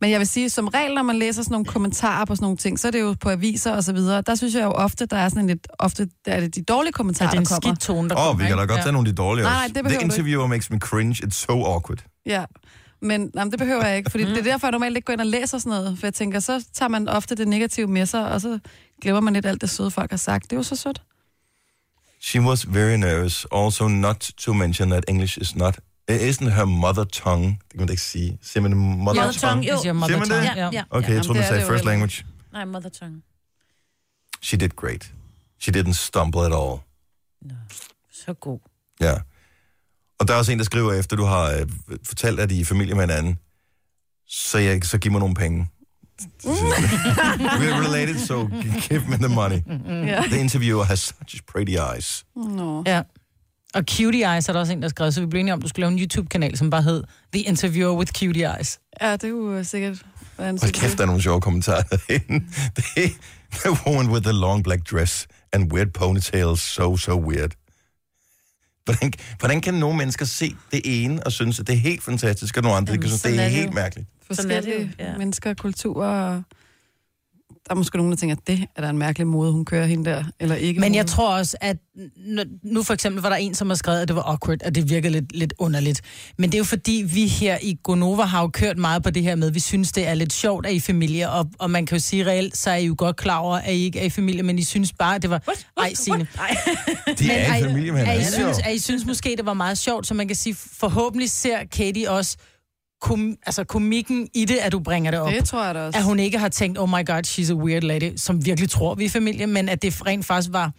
C: Men jeg vil sige, som regel, når man læser sådan nogle kommentarer på sådan nogle ting, så er det jo på aviser og så videre. Der synes jeg jo ofte, der er sådan en lidt... Ofte der er det de dårlige
B: Ja,
C: kommentarer,
B: det er en
C: der kommer.
B: skidt tone, der
A: Åh, oh,
B: kommer,
A: vi kan da
B: ikke?
A: godt tage nogle af de dårlige
C: Nej,
A: også.
C: nej, det behøver
A: The
C: du
A: interviewer makes me cringe, it's so awkward.
C: Ja, men jamen, det behøver jeg ikke, fordi det er derfor, jeg normalt ikke går ind og læser sådan noget. For jeg tænker, så tager man ofte det negative med sig, og så glemmer man lidt alt det søde, folk har sagt. Det er jo så sødt.
A: She was very nervous. Also not to mention that English is not... It isn't her mother tongue. Det kan man da ikke sige. Siger man mother,
D: Mother
A: tongue?
D: tongue,
B: Hvis
D: jo.
B: jeg måtte
A: Siger man
B: tage-
A: det?
D: Ja, ja.
A: Okay, jeg tror,
C: det
A: man
C: er
A: sagde
C: det jo
A: first
C: heller ikke.
A: language.
D: Nej, mother tongue.
A: She did great. She didn't stumble at all.
D: Så god.
A: Ja. Og der er også en, der skriver, efter du har øh, fortalt, at I er familie med hinanden, så, jeg, så giv mig nogle penge. We're related, so give me the money.
C: Ja.
A: The interviewer has such pretty eyes.
C: Nå.
B: Ja. Og Cutie Eyes er der også en, der skrev, så vi blev enige om, at du skulle lave en YouTube-kanal, som bare hed The Interviewer with Cutie Eyes.
C: Ja, det er jo sikkert... være en
A: Hold
C: succes.
A: kæft, der er nogle sjove kommentarer derinde. The, the woman with the long black dress and weird ponytails, so, so weird. Hvordan, hvordan kan nogle mennesker se det ene og synes, at det er helt fantastisk, og nogle andre, Jamen, kan
D: Jamen,
A: synes, det er,
D: sådan er det
A: helt
D: jo.
A: mærkeligt?
D: Sådan er det jo,
C: forskellige
D: ja.
C: ja. mennesker og kulturer. og Der er måske nogen, der tænker, at det er da en mærkelig måde, hun kører hende der, eller ikke.
B: Men
C: hun.
B: jeg tror også, at n- nu for eksempel var der en, som har skrevet, at det var awkward, og det virkede lidt, lidt underligt. Men det er jo fordi, vi her i Gonova har jo kørt meget på det her med, at vi synes, det er lidt sjovt, at I er familie, og, og man kan jo sige reelt, så er I jo godt klar over, at I ikke er i familie, men I synes bare, at det var... Ej, Signe.
A: De er i
B: er I-
A: familie med
B: Er I,
A: hinanden.
B: synes, er I synes måske, det var meget sjovt, så man kan sige, forhåbentlig ser Katie også kom, altså komikken i det, at du bringer det op.
C: Det tror jeg da også.
B: At hun ikke har tænkt, oh my god, she's a weird lady, som virkelig tror, vi er familie, men at det rent faktisk var,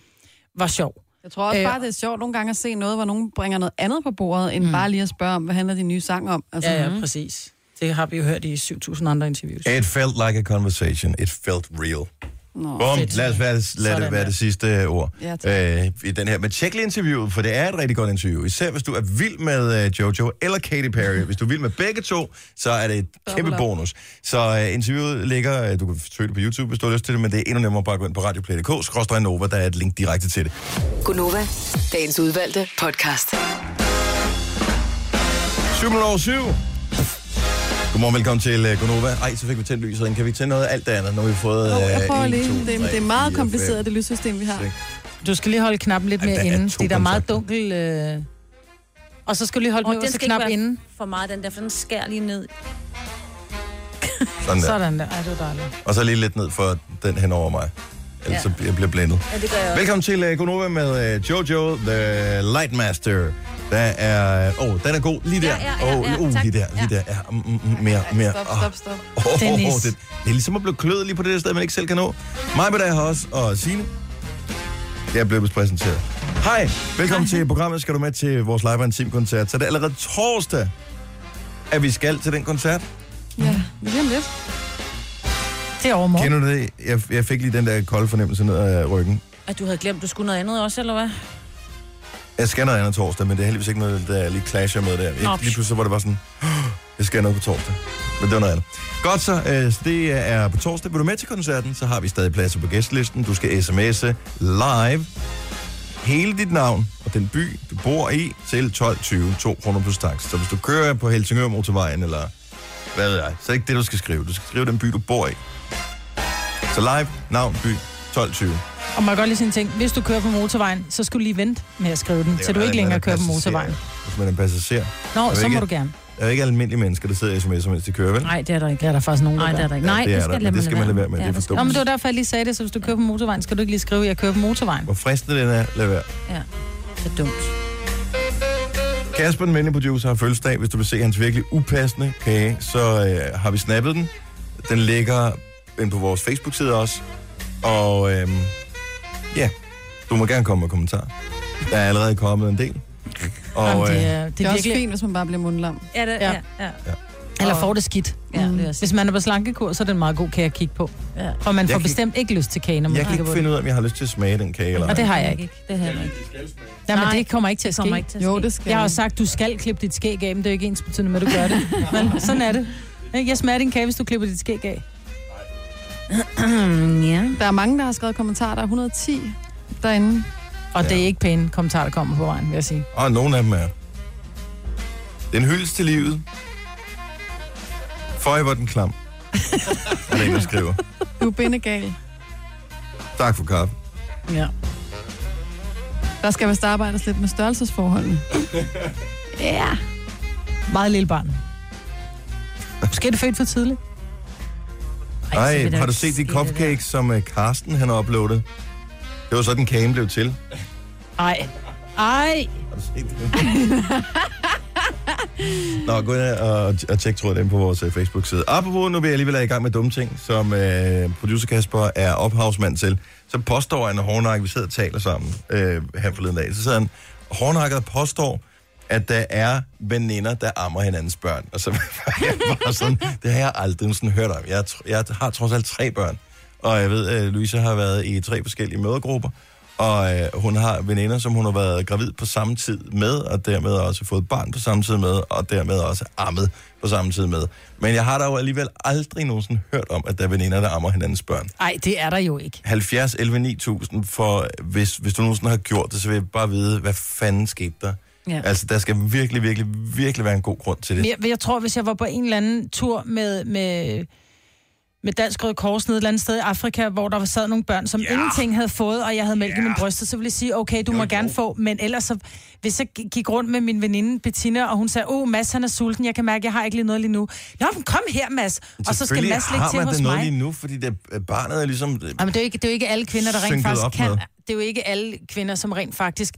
B: var sjov.
C: Jeg tror også
B: Øh,
C: bare, det er sjovt nogle gange at se noget, hvor nogen bringer noget andet på bordet, end mm. bare lige at spørge om, hvad handler din nye sang om? Altså,
B: Ja, ja, præcis. Det har vi jo hørt i 7.000 andre interviews.
A: It felt like a conversation. It felt real.
C: Nå.
A: Bum,
B: Fedt.
A: lad os være, lad det
B: Sådan
A: være
B: der.
A: det sidste ord
C: Ja, tak.
A: øh, i den her. Men tjek lige interviewet, for det er et rigtig godt interview. Især hvis du er vild med øh, Jojo eller Katy Perry. Hvis du er vild med begge to, så er det et kæmpe
C: op.
A: bonus. Så øh, interviewet ligger, øh, du kan søge det på YouTube, hvis du har lyst til det, men det er endnu nemmere bare at gå ind på radioplay.dk, skråstrej Nova, der er et link direkte til det.
E: Gunova, dagens udvalgte podcast.
A: 7 over 7. Godmorgen, velkommen til øh, Gonova. Ej, så fik vi tændt lyset. Kan vi tænde noget af alt det andet, når vi har fået...
C: Jo, jeg
A: øh,
C: prøver
A: en,
C: lige.
A: to,
C: Det, er-
A: tre,
C: det er
A: fire,
C: meget
A: fem,
C: kompliceret, det lydsystem, vi har.
A: seks.
B: Du skal lige holde knappen lidt
A: Ej,
B: mere
A: der er
B: inden,
A: to
B: fordi der er meget
A: kontakter.
B: dunkel... Øh... Og så skal du lige holde
D: Og
B: den
D: den
B: øverste
D: skal
B: knap
D: ikke være
B: inden.
D: for meget, den der, for den skærer lige ned.
A: Sådan der.
B: Sådan der. Ej, det var dejligt.
A: Og så lige lidt ned for den hen over mig. ellers ja. jeg bliver blandet.
D: Ja, det gør jeg også.
A: Velkommen til uh, Gonova med uh, Jojo, The Lightmaster. Der er... Åh, oh, den er god. Lige der.
D: Ja, ja, ja,
A: oh,
D: ja,
A: uh,
D: tak.
A: lige der, lige
D: Ja.
A: der. Ja, mm, mm, mm, mere, mere.
C: Stop,
A: Åh.
C: stop, stop.
A: Åh, åh, åh,
B: Dennis.
A: det, det er ligesom at blive kløet lige på det der sted, man ikke selv kan nå. Mig på dag her også, og Signe. Jeg blev vist præsenteret. Hej, velkommen til programmet. Skal du med til vores live and team koncert? Så det er allerede torsdag, at vi skal til den koncert.
C: Ja, lige om lidt.
B: Det er overmorgen.
A: Kender du det? Jeg, jeg fik lige den der kolde fornemmelse ned ad ryggen.
D: At du havde glemt, du skulle noget andet også, eller hvad?
A: Jeg skal noget andet torsdag, men det er heldigvis ikke noget, der lige clasher med der.
D: Nå,
A: Jeg, lige pludselig var det bare sådan, "Åh, jeg skal noget på torsdag. Men det var noget andet. Godt så, øh, så det er på torsdag. Vil du med til koncerten, så har vi stadig pladser på gæstelisten. Du skal sms'e live hele dit navn og den by, du bor i, til 12.20, 2 kroner plus tax. Så hvis du kører på Helsingør Motorvejen, eller hvad ved jeg, så er det ikke det, du skal skrive. Du skal skrive den by, du bor i. Så live, navn, by, 12.20.
B: Og må jeg godt lige sige en ting. Hvis du kører på motorvejen, så skal du lige vente med at skrive den,
A: Det
B: så
A: er
B: du
A: jo
B: ikke længere
A: alt, hvad
B: kører
A: der
B: på
A: passagerer.
B: motorvejen.
A: Hvis man er en passager.
B: Nå,
A: jo
B: så må
A: ikke-
B: du gerne.
A: Der er jo ikke almindelige mennesker, der sidder i sms'er, mens de kører, vel?
D: Nej, det er der ikke.
B: Det er der faktisk nogen, der
D: Nej, det er
B: gør.
D: der ikke. Nej,
A: det er
D: det
A: der,
D: skal,
A: men det
D: man
A: skal man lade være med. Det er for
B: Nå, men
A: dumt.
B: det var derfor, jeg lige sagde det, så hvis du kører på motorvejen, skal du ikke lige skrive, at jeg kører på motorvejen.
A: Hvor fristende den er, lad være.
D: Ja, så dumt.
A: Kasper, den venlige producer, har fødselsdag. Hvis du vil se hans virkelig upassende kage, så øh, har vi snappet den. Den ligger ind på vores Facebook-side også. Og øh, ja, du må gerne komme med kommentarer. Der er allerede kommet en del.
B: Jamen,
A: Og
B: det,
A: øh,
B: er, det,
C: Det er
B: er
C: også
B: virkelig...
C: fint, hvis man bare bliver mundlam.
D: Ja, det,
B: Ja.
D: ja. ja.
B: Eller får det skidt.
D: ja
C: Mm.
D: det er også.
B: Hvis man er på slankekur, så er det en meget god kage at kigge på.
D: Ja.
B: For man
A: Jeg
B: får
A: kan-
B: bestemt ikke lyst til kage, når man
A: jeg kan
B: kigger
A: ikke
B: på det.
A: finde ud af, om jeg har lyst til at smage den kage eller
B: Og det
A: ej.
B: har jeg ikke.
D: Det har jeg ikke.
B: Jamen,
D: Nej,
B: det kommer ikke til at
D: Det
B: ske.
D: kommer ikke til at ske.
C: Jo, det skal
B: Jeg har jo sagt, du skal klippe dit skæg af, men det er jo ikke ens betydende med, at du gør det. Men sådan er det. Ikke? Jeg smager din kage, hvis du klipper dit skæg af.
D: ja.
C: Der er mange, der har skrevet kommentarer. Der er 110 derinde.
B: Og ja. det er ikke pæne kommentarer, der kommer på vejen, vil jeg sige.
A: Og nogle Ah, af dem er. Den hyldes til livet. Føj, hvor den klam. er det en, der skriver.
C: Du er bindegal.
A: Tak for kaffe.
B: Ja.
C: Der skal vist arbejdes lidt med størrelsesforholdene. Ja.
B: Meget lille barn. Måske er det født for tidligt.
D: så
A: Ej,
D: vil der
A: har du
D: ikke
A: set
D: ske
A: de
D: det
A: cupcakes, som øh, Karsten han har uploadet? Det var sådan, kagen blev til.
B: Ej. Ej.
A: Har du set det? Nå, gå ind og, og tjek tråden ind på vores øh, Facebook-side. Apropos, nu vil jeg alligevel er i gang med dumme ting, som øh, producer Kasper er ophavsmand til. Så påstår han, at Hornak, vi sidder og taler sammen øh, her forleden dag, så sidder han, Hornakket påstår, at der er veninder, der ammer hinandens børn. Og så var jeg bare sådan, det har jeg aldrig sådan hørt om. Jeg, tr- jeg har trods alt tre børn, og jeg ved, at Louise har været i tre forskellige mødergrupper, og øh, hun har veninder, som hun har været gravid på samme tid med, og dermed også fået barn på samme tid med, og dermed også ammet på samme tid med. Men jeg har da jo alligevel aldrig nogensinde hørt om, at der er veninder, der ammer hinandens børn.
B: Ej, det er der jo ikke.
A: 70 11 9000, for hvis, hvis du nogensinde har gjort det, så vil jeg bare vide, hvad fanden skete der. Ja.
D: Ja.
A: Altså, der skal virkelig, virkelig, virkelig være en god grund til det.
B: Men jeg, jeg tror, hvis jeg var på en eller anden tur med, med, med Dansk Røde Kors nede et eller andet sted i Afrika, hvor der sad nogle børn, som
A: Ja.
B: yeah. ingenting havde fået, og jeg havde mælk yeah. i min bryst, så ville jeg sige, okay, du må gerne få, men ellers så, hvis jeg gi- gik rundt med min veninde Bettina, og hun sagde, åh, oh, Mads, han er sulten, jeg kan mærke, jeg har ikke lige noget lige nu. Nå, men kom her, Mads. Og så skal
A: Selvfølgelig
B: Mads lægge
A: har
B: til
A: man
B: hos
A: det noget
B: mig.
A: lige nu, fordi det, barnet er ligesom...
B: Jamen, det, er jo ikke, det er jo ikke alle kvinder, der rent
A: Synket op
B: faktisk kan...
A: med.
B: Det er jo ikke alle kvinder, som rent faktisk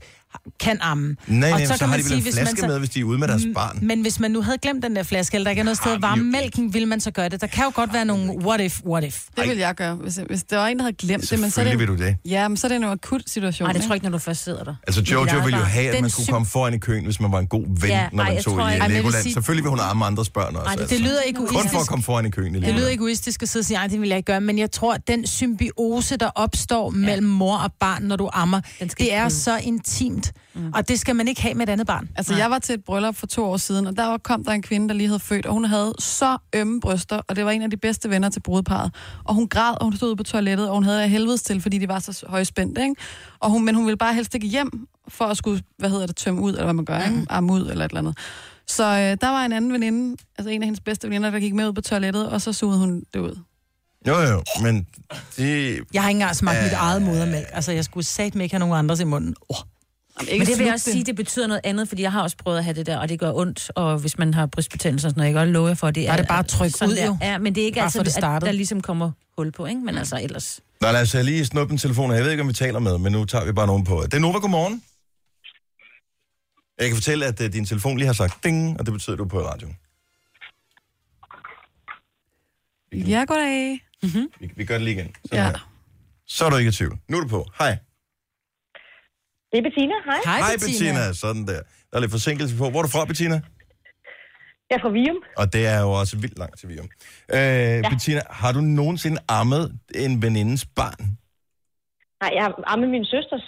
B: kan amme.
A: Nej,
B: Og
A: nej, så, så
B: kan
A: har de
B: man
A: vel
B: sige,
A: en
B: hvis
A: flaske
B: man så- Mm.
A: med, hvis de er ude med deres barn.
B: Men hvis man nu havde glemt den der flaske, eller der ikke er noget sted
A: Ah,
B: at varme mælken, vil man så gøre det. Der kan jo godt være nogle what if, what if.
C: Det vil jeg gøre, hvis, hvis der var en, der havde glemt det. Men så er
A: Selvfølgelig vil
C: det,
A: du det.
C: ja, men så er det en akut situation.
D: Nej, det
C: ikke?
D: tror jeg ikke, når du først sidder der.
A: Altså,
D: Jeg
A: Jojo
D: er
A: ville jo
D: bare-
A: have, at
D: Den
A: man kunne
D: syv-
A: komme foran i køen, hvis man var en god ven,
D: Ja,
A: når man
D: ej, jeg
A: tog
D: tror
A: i
D: ikke-
A: øh,
D: Ej,
B: men jeg vil
A: Legoland.
B: sige-
A: Selvfølgelig vil hun amme andres børn også.
D: Ej, det-
A: altså.
B: Det lyder ikke
A: Kun for at
B: egoistisk.
A: komme foran i køen i
B: Det lyder
A: Legoland.
B: ikke egoistisk at sidde og sige, "Ej, det vil jeg ikke gøre, men jeg tror, at den symbiose, der opstår ja. mellem mor og barn, når du ammer,
D: Den skal
B: det er
D: ikke-
B: så intimt, mm. og det skal man ikke have med et andet barn.
C: Altså, jeg var til et bryllup for to år siden, og der var- kom der en kvinde, der lige havde født, og hun havde så ømme bryster, og det var en af de bedste venner til brudeparret. Og hun græd, og hun stod ude på toilettet, og hun havde af helvedes til, fordi de var så højspændt, ikke? Og hun, men hun ville bare helst ikke hjem for at skulle, hvad hedder det, tømme ud, eller hvad man gør,
B: Mhm.
C: ikke? Arme ud, eller et eller andet. Så øh, der var en anden veninde, altså en af hendes bedste veninder, der gik med ud på toilettet, og så sugede hun det ud.
A: Jo, jo, men det...
B: Jeg har ikke engang smagt mit eget modermælk. Altså, jeg skulle satme ikke have nogen andres i munden. Oh.
C: Jamen, ikke
D: Men det vil
C: slut
D: jeg også sige, det betyder noget andet, fordi jeg har også prøvet at have det der, og det gør ondt, og hvis man har brystbetændelse og sådan noget, jeg kan godt love jer for, at det
B: Der er det bare at trykke
D: sådan
B: ud,
D: der.
B: jo.
D: Ja, men det er ikke
B: Bare
D: altså,
B: få det
D: at
B: startet.
D: der ligesom kommer hul på, ikke? Men altså ellers.
A: Nå, lad os øh, lige snuppe en telefon. Jeg ved ikke, om vi taler med, men nu tager vi bare nogen på. Det er Nova, godmorgen. Jeg kan fortælle, at øh, din telefon lige har sagt ding, og det betyder, at du er på radioen.
C: Ja, goddag.
B: Mhm.
A: Vi, vi gør det lige igen. Sådan
C: Ja.
A: her. Så er du ikke i tvivl. Nu er du på. Hej.
H: Det er Bettina, hej.
B: Hej,
A: Hej, Bettina. Sådan der. Der er lidt forsinkelse på. Hvor er du fra, Bettina?
H: Jeg er fra Vium.
A: Og det er jo også vildt langt til Virum. Øh, ja. Bettina, har du nogensinde ammet en venindes barn?
H: Nej, jeg er med min søsters.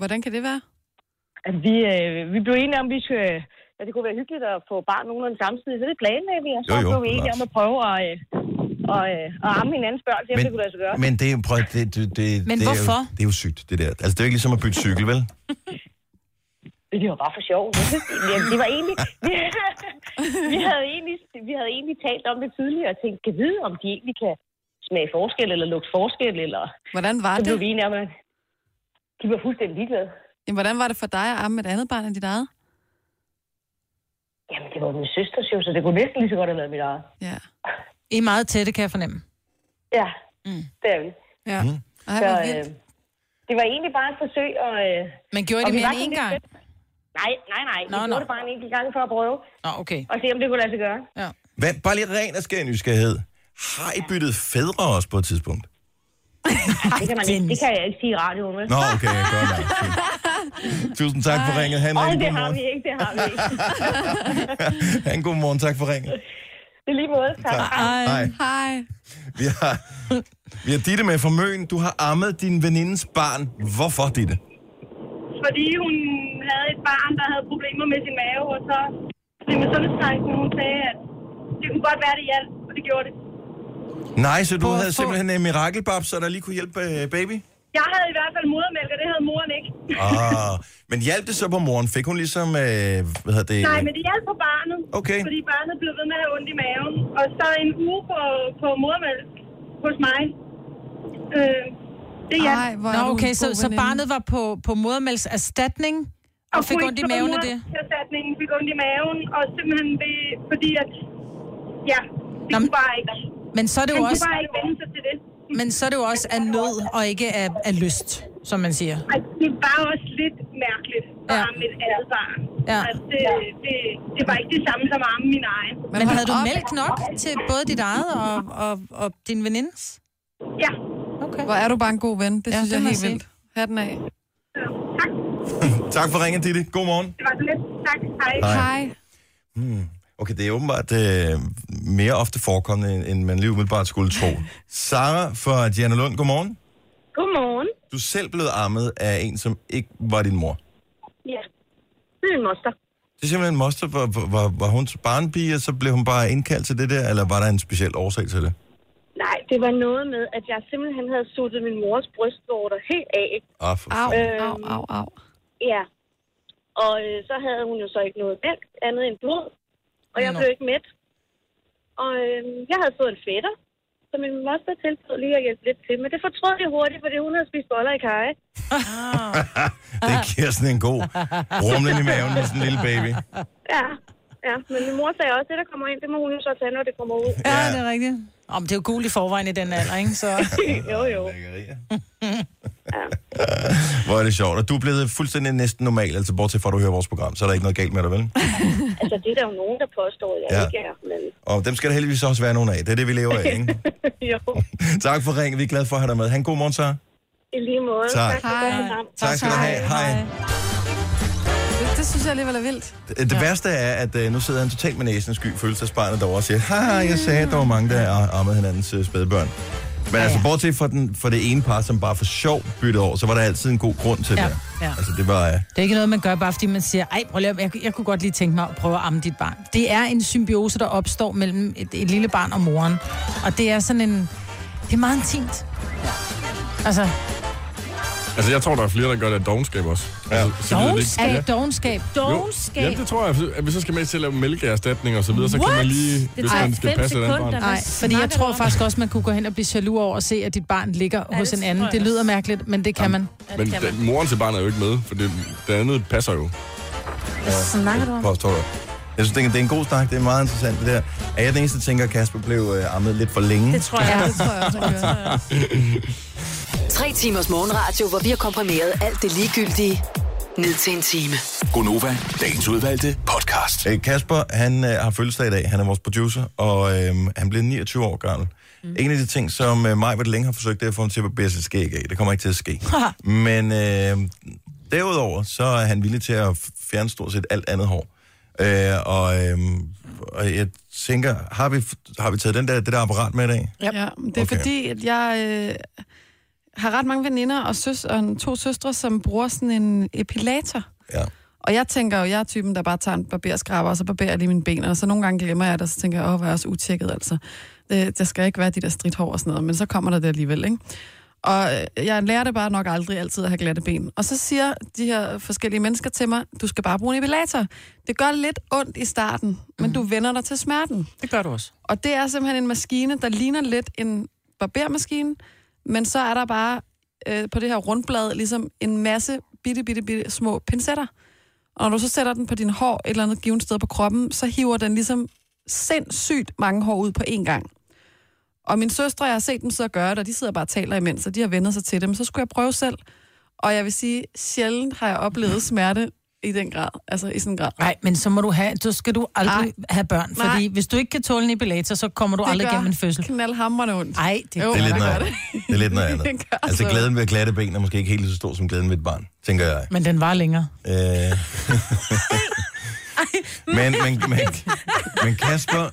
C: Hvordan kan det være?
H: At Vi, øh, vi blev enige om, vi skulle, øh, at det kunne være hyggeligt at få barn nogenlunde samtidig. Så det planlagde vi, og så
A: Jo, jo,
H: blev vi enige
A: klart.
H: om at prøve at, øh, og, øh, at amme hinandens børn, det, men, det kunne lade sig gøre. Men,
A: men det, er jo- prøv, at- det, det, det,
B: Men
A: det Er
B: hvorfor?
A: jo, det er jo sygt, det der. Altså, det er jo ikke ligesom at bytte cykel, vel?
H: det var bare for sjov. Jeg synes egentlig, at det var egentlig, vi, vi, havde egentlig, vi havde egentlig talt om det tidligere og tænkt, kan vide, om de egentlig kan smage forskel eller lugte forskel. Eller,
C: Hvordan var
H: så blev
C: det?
H: vi enige om, at de var fuldstændig ligeglade.
C: Jamen, hvordan var det for dig at amme et andet barn end dit eget?
H: Jamen, det var min søsters jo, så det kunne næsten lige så godt have været mit eget.
C: Ja.
B: I er meget tætte, kan jeg fornemme.
H: Ja, mm. det er vi.
C: Ja. Mm. Ej,
H: Så,
C: hvor
H: øh,
C: vildt.
H: det var egentlig bare et forsøg, og... Øh,
B: Men gjorde I
H: og
B: det
H: vi
B: mere
H: var
B: end
H: sådan
B: én
H: lidt
B: gang?
H: lidt- Nej, nej, nej. Vi
B: Nå,
H: gjorde
B: nå.
H: det bare en enkelt gang for at prøve,
B: Nå, okay.
H: og se, om det kunne lade sig gøre.
B: Ja.
A: Hvad, bare lige ren og skær nysgerrighed. Har I byttet fædre også på et tidspunkt?
H: Det kan, man ikke, det kan jeg ikke sige i radioen, vel?
A: Nå, okay, godt nok. Fint. Tusind tak for ringet. Ha' en
H: Ej,
A: rigtig
H: det
A: god
H: har vi
A: morgen.
H: ikke, det har vi ikke.
A: Ha' en god morgen. Tak for ringet.
H: Det er lige måde, tak.
A: Tak.
B: Ej.
A: Hej.
C: Hej.
A: Vi har, vi har Ditte med fra Møn. Du har ammet din venindes barn. Hvorfor, Ditte?
H: Fordi hun havde et barn, der havde problemer med sin mave, og så det med sundhedstanken, hun sagde, at det kunne godt være, det hjalp, og det gjorde det.
A: Nej, så du
B: at
A: havde
B: få-
A: simpelthen en mirakelbab, så der lige kunne hjælpe øh, baby?
H: Jeg havde i hvert fald modermælk, og det havde moren ikke.
A: Ah, men hjalp det så på moren? Fik hun ligesom, øh, hvad hedder det?
H: Nej, men det hjalp på barnet.
A: Okay.
H: Fordi barnet blev ved med at have ondt i maven. Og så en uge på, på mormælk hos mig. Øh, det hjalp.
C: Ej, hvor er
B: Nå,
C: du en
B: okay,
C: god
B: så, så
C: veninde.
B: barnet var på, på modermælkserstatning, og fik
H: kunne
B: ondt i
H: ikke få
B: maven af det?
H: modermælkserstatningen, fik ondt i maven, og simpelthen ved, fordi at, ja, det
B: Nå, men-
H: kunne bare ikke.
B: Men så er det
H: Han
B: jo
H: kunne
B: også,
H: bare ikke vende sig til det.
B: men så er det jo også af nød, og ikke af, af lyst, som man siger.
H: Ej, det var også lidt mærkeligt at
B: Ja.
H: ja. amme et andet barn.
B: Ja.
H: Altså, det, det, det var ikke det samme som at amme min egen.
B: Men
C: hold
B: havde du
C: op.
B: mælk nok til både dit eget og, og, og din venindes?
H: Ja.
B: Okay.
C: Hvor er du bare en god ven. Det ja,
B: Ja,
C: synes
B: det
C: jeg er
B: må
C: helt
B: jeg
C: vildt. Hatten af.
H: Så, tak.
A: Tak for ringen, Ditte. God morgen.
H: Det var så lidt. Tak. Hej.
C: Hej.
A: Okay, det er åbenbart øh, mere ofte forekommende, end- end man lige umiddelbart skulle tro. Sara fra Diana Lund, godmorgen.
H: Godmorgen.
A: Du er selv blevet armet af en, som ikke var din mor.
H: Ja. Det er en moster.
A: Det er simpelthen en moster. Var, var- var, var hun barnpige, og så blev hun bare indkaldt til det der, eller var der en speciel årsag til det?
H: Nej, det var noget med, at jeg simpelthen havde suttet min mors brystvorter helt af. ikke?
A: Ah, for
C: Au,
A: fanden.
C: au, au, au.
H: Ja. Og øh, så havde hun jo så ikke noget mælk andet end blod. Og jeg
B: Nå.
H: blev ikke mæt. Og øh, jeg havde fået en fætter, så min moster tilbød lige at hjælpe lidt til. Men det fortrød jeg hurtigt, fordi hun havde spist boller i kaj.
A: Ah. Det giver sådan en god rumlen i maven med sådan en lille baby.
H: Ja. Ja, men min mor sagde også, at det, der kommer ind, det må hun jo så tage, når det kommer ud.
B: Ja, det er rigtigt. Om det er jo gul i forvejen i den alder, ikke? Så...
H: jo, jo.
A: Lækkerier. Hvor er det sjovt. Og du er blevet fuldstændig næsten normal, altså bortset fra, at du hører vores program. Så er der ikke noget galt med dig, vel?
H: Altså, det er der jo nogen, der påstår, at jeg
A: Ja.
H: ja. ikke er. Men
A: Og dem skal der heldigvis også være nogen af. Det er det, vi lever af, ikke?
H: jo,
A: tak for ringen. Vi er glade for at have dig med. Han god morgen, så.
H: i lige måde.
A: Tak.
H: tak for
C: Hej.
H: godt program.
A: Tak skal du have. Hej.
C: Det, det synes jeg alligevel er vildt.
A: Det ja. værste er, at øh, nu sidder han totalt med næsen sky følelsesbarnet derovre og siger, haha, jeg sagde, at der var mange, der har ammet hinandens øh, spædbørn. Men ja, altså, bortset fra, den, fra det ene par, som bare for sjov byttede over, så var der altid en god grund til
B: Ja,
A: det.
B: ja.
A: Altså, det var... Øh,
B: Det er ikke noget, man gør, bare fordi man siger, ej, prøv lige, at- jeg, jeg kunne godt lige tænke mig at prøve at amme dit barn. Det er en symbiose, der opstår mellem et, et lille barn og moren. Og det er sådan en... Det er meget intimt. Altså,
G: Altså, jeg tror, der er flere, der gør det af dogenskab også. Altså, så ved jeg det ikke.
B: er
G: Ja.
B: det dogenskab?
I: Dogenskab?
G: Jamen, det tror jeg. At vi så skal med til at lave mælkeerstatning og så videre, så kan man lige, hvis man skal passe et andet barn.
C: Nej,
B: Fordi jeg tror faktisk også, man kunne gå hen og blive jaloux over at se, at dit barn ligger ja, hos
I: det
B: en anden.
I: tror jeg
B: Det lyder mærkeligt, men det kan man.
G: Men den, moren til barnet er jo ikke med, for det, det andet passer jo.
I: Hvad snakker du om?
A: påstår du. Jeg synes, det er- det er en god snak. Det er meget interessant, det der. Er jeg den eneste, der tænker, at Kasper blev øh, ammet lidt for længe?
D: Det tror jeg.
C: Det tror jeg også, han gør.
E: Tre timers morgenradio, hvor vi har komprimeret alt det ligegyldige ned til en time.
F: Gonova, dagens udvalgte podcast.
A: Øh, Kasper, han øh, har fødselsdag i dag. Han er vores producer, og øh, han bliver 29 år gammel. Mm. En af de ting, som øh, mig længe har forsøgt, det er at få ham til at barbere sit skæg af. Det kommer ikke til at ske. Men øh, derudover, så er han villig til at fjerne stort set alt andet hår. Øh, og, øh, og jeg tænker, har vi, har vi taget den der, det der apparat med i dag?
C: Ja, men det
A: Okay.
C: er okay. fordi, at jeg øh, har ret mange veninder og, søs, og to søstre, som bruger sådan en epilator.
A: Ja.
C: Og jeg tænker jo, jeg er typen, der bare tager en barberskraber, og så barberer jeg lige mine ben, og så nogle gange glemmer jeg det, og så tænker jeg, åh, hvor er jeg også utjekket, altså. Det, der skal ikke være de der stridthår og sådan noget, men så kommer der det alligevel, ikke? Og øh, jeg lærte bare nok aldrig altid at have glatte ben. Og så siger de her forskellige mennesker til mig, du skal bare bruge en epilator. Det gør lidt ondt i starten, men du vender dig til smerten.
B: Mhm. Det gør du også.
C: Og det er simpelthen en maskine, der ligner lidt en barbermaskine, men så er der bare øh, på det her rundblad ligesom en masse bitte, bitte, bitte små pincetter. Og når du så sætter den på din hår et eller andet givet sted på kroppen, så hiver den ligesom sindssygt mange hår ud på én gang. Og min søstre, jeg har set dem sidde og gøre det, og de sidder bare og taler imens, og de har vendt sig til dem. Så skulle jeg prøve selv. Og jeg vil sige, sjældent har jeg oplevet smerte i den grad. Altså i sådan en grad.
B: Nej, men så må du have, så skal du aldrig Nej. have børn,
C: Nej.
B: fordi hvis du ikke kan tåle en epilator, så kommer du det aldrig igennem en fødsel.
C: knaldhamrende ondt.
B: Nej, det
C: Jo.
A: Det er, lidt
C: der gør
A: noget,
C: det.
A: det er lidt noget andet.
C: Det gør
A: Altså
C: så.
A: glæden ved at glatte ben er måske ikke helt lige så stor som glæden ved et barn, tænker jeg.
B: Men den var længere.
A: Øh. men, men, men, men Kasper,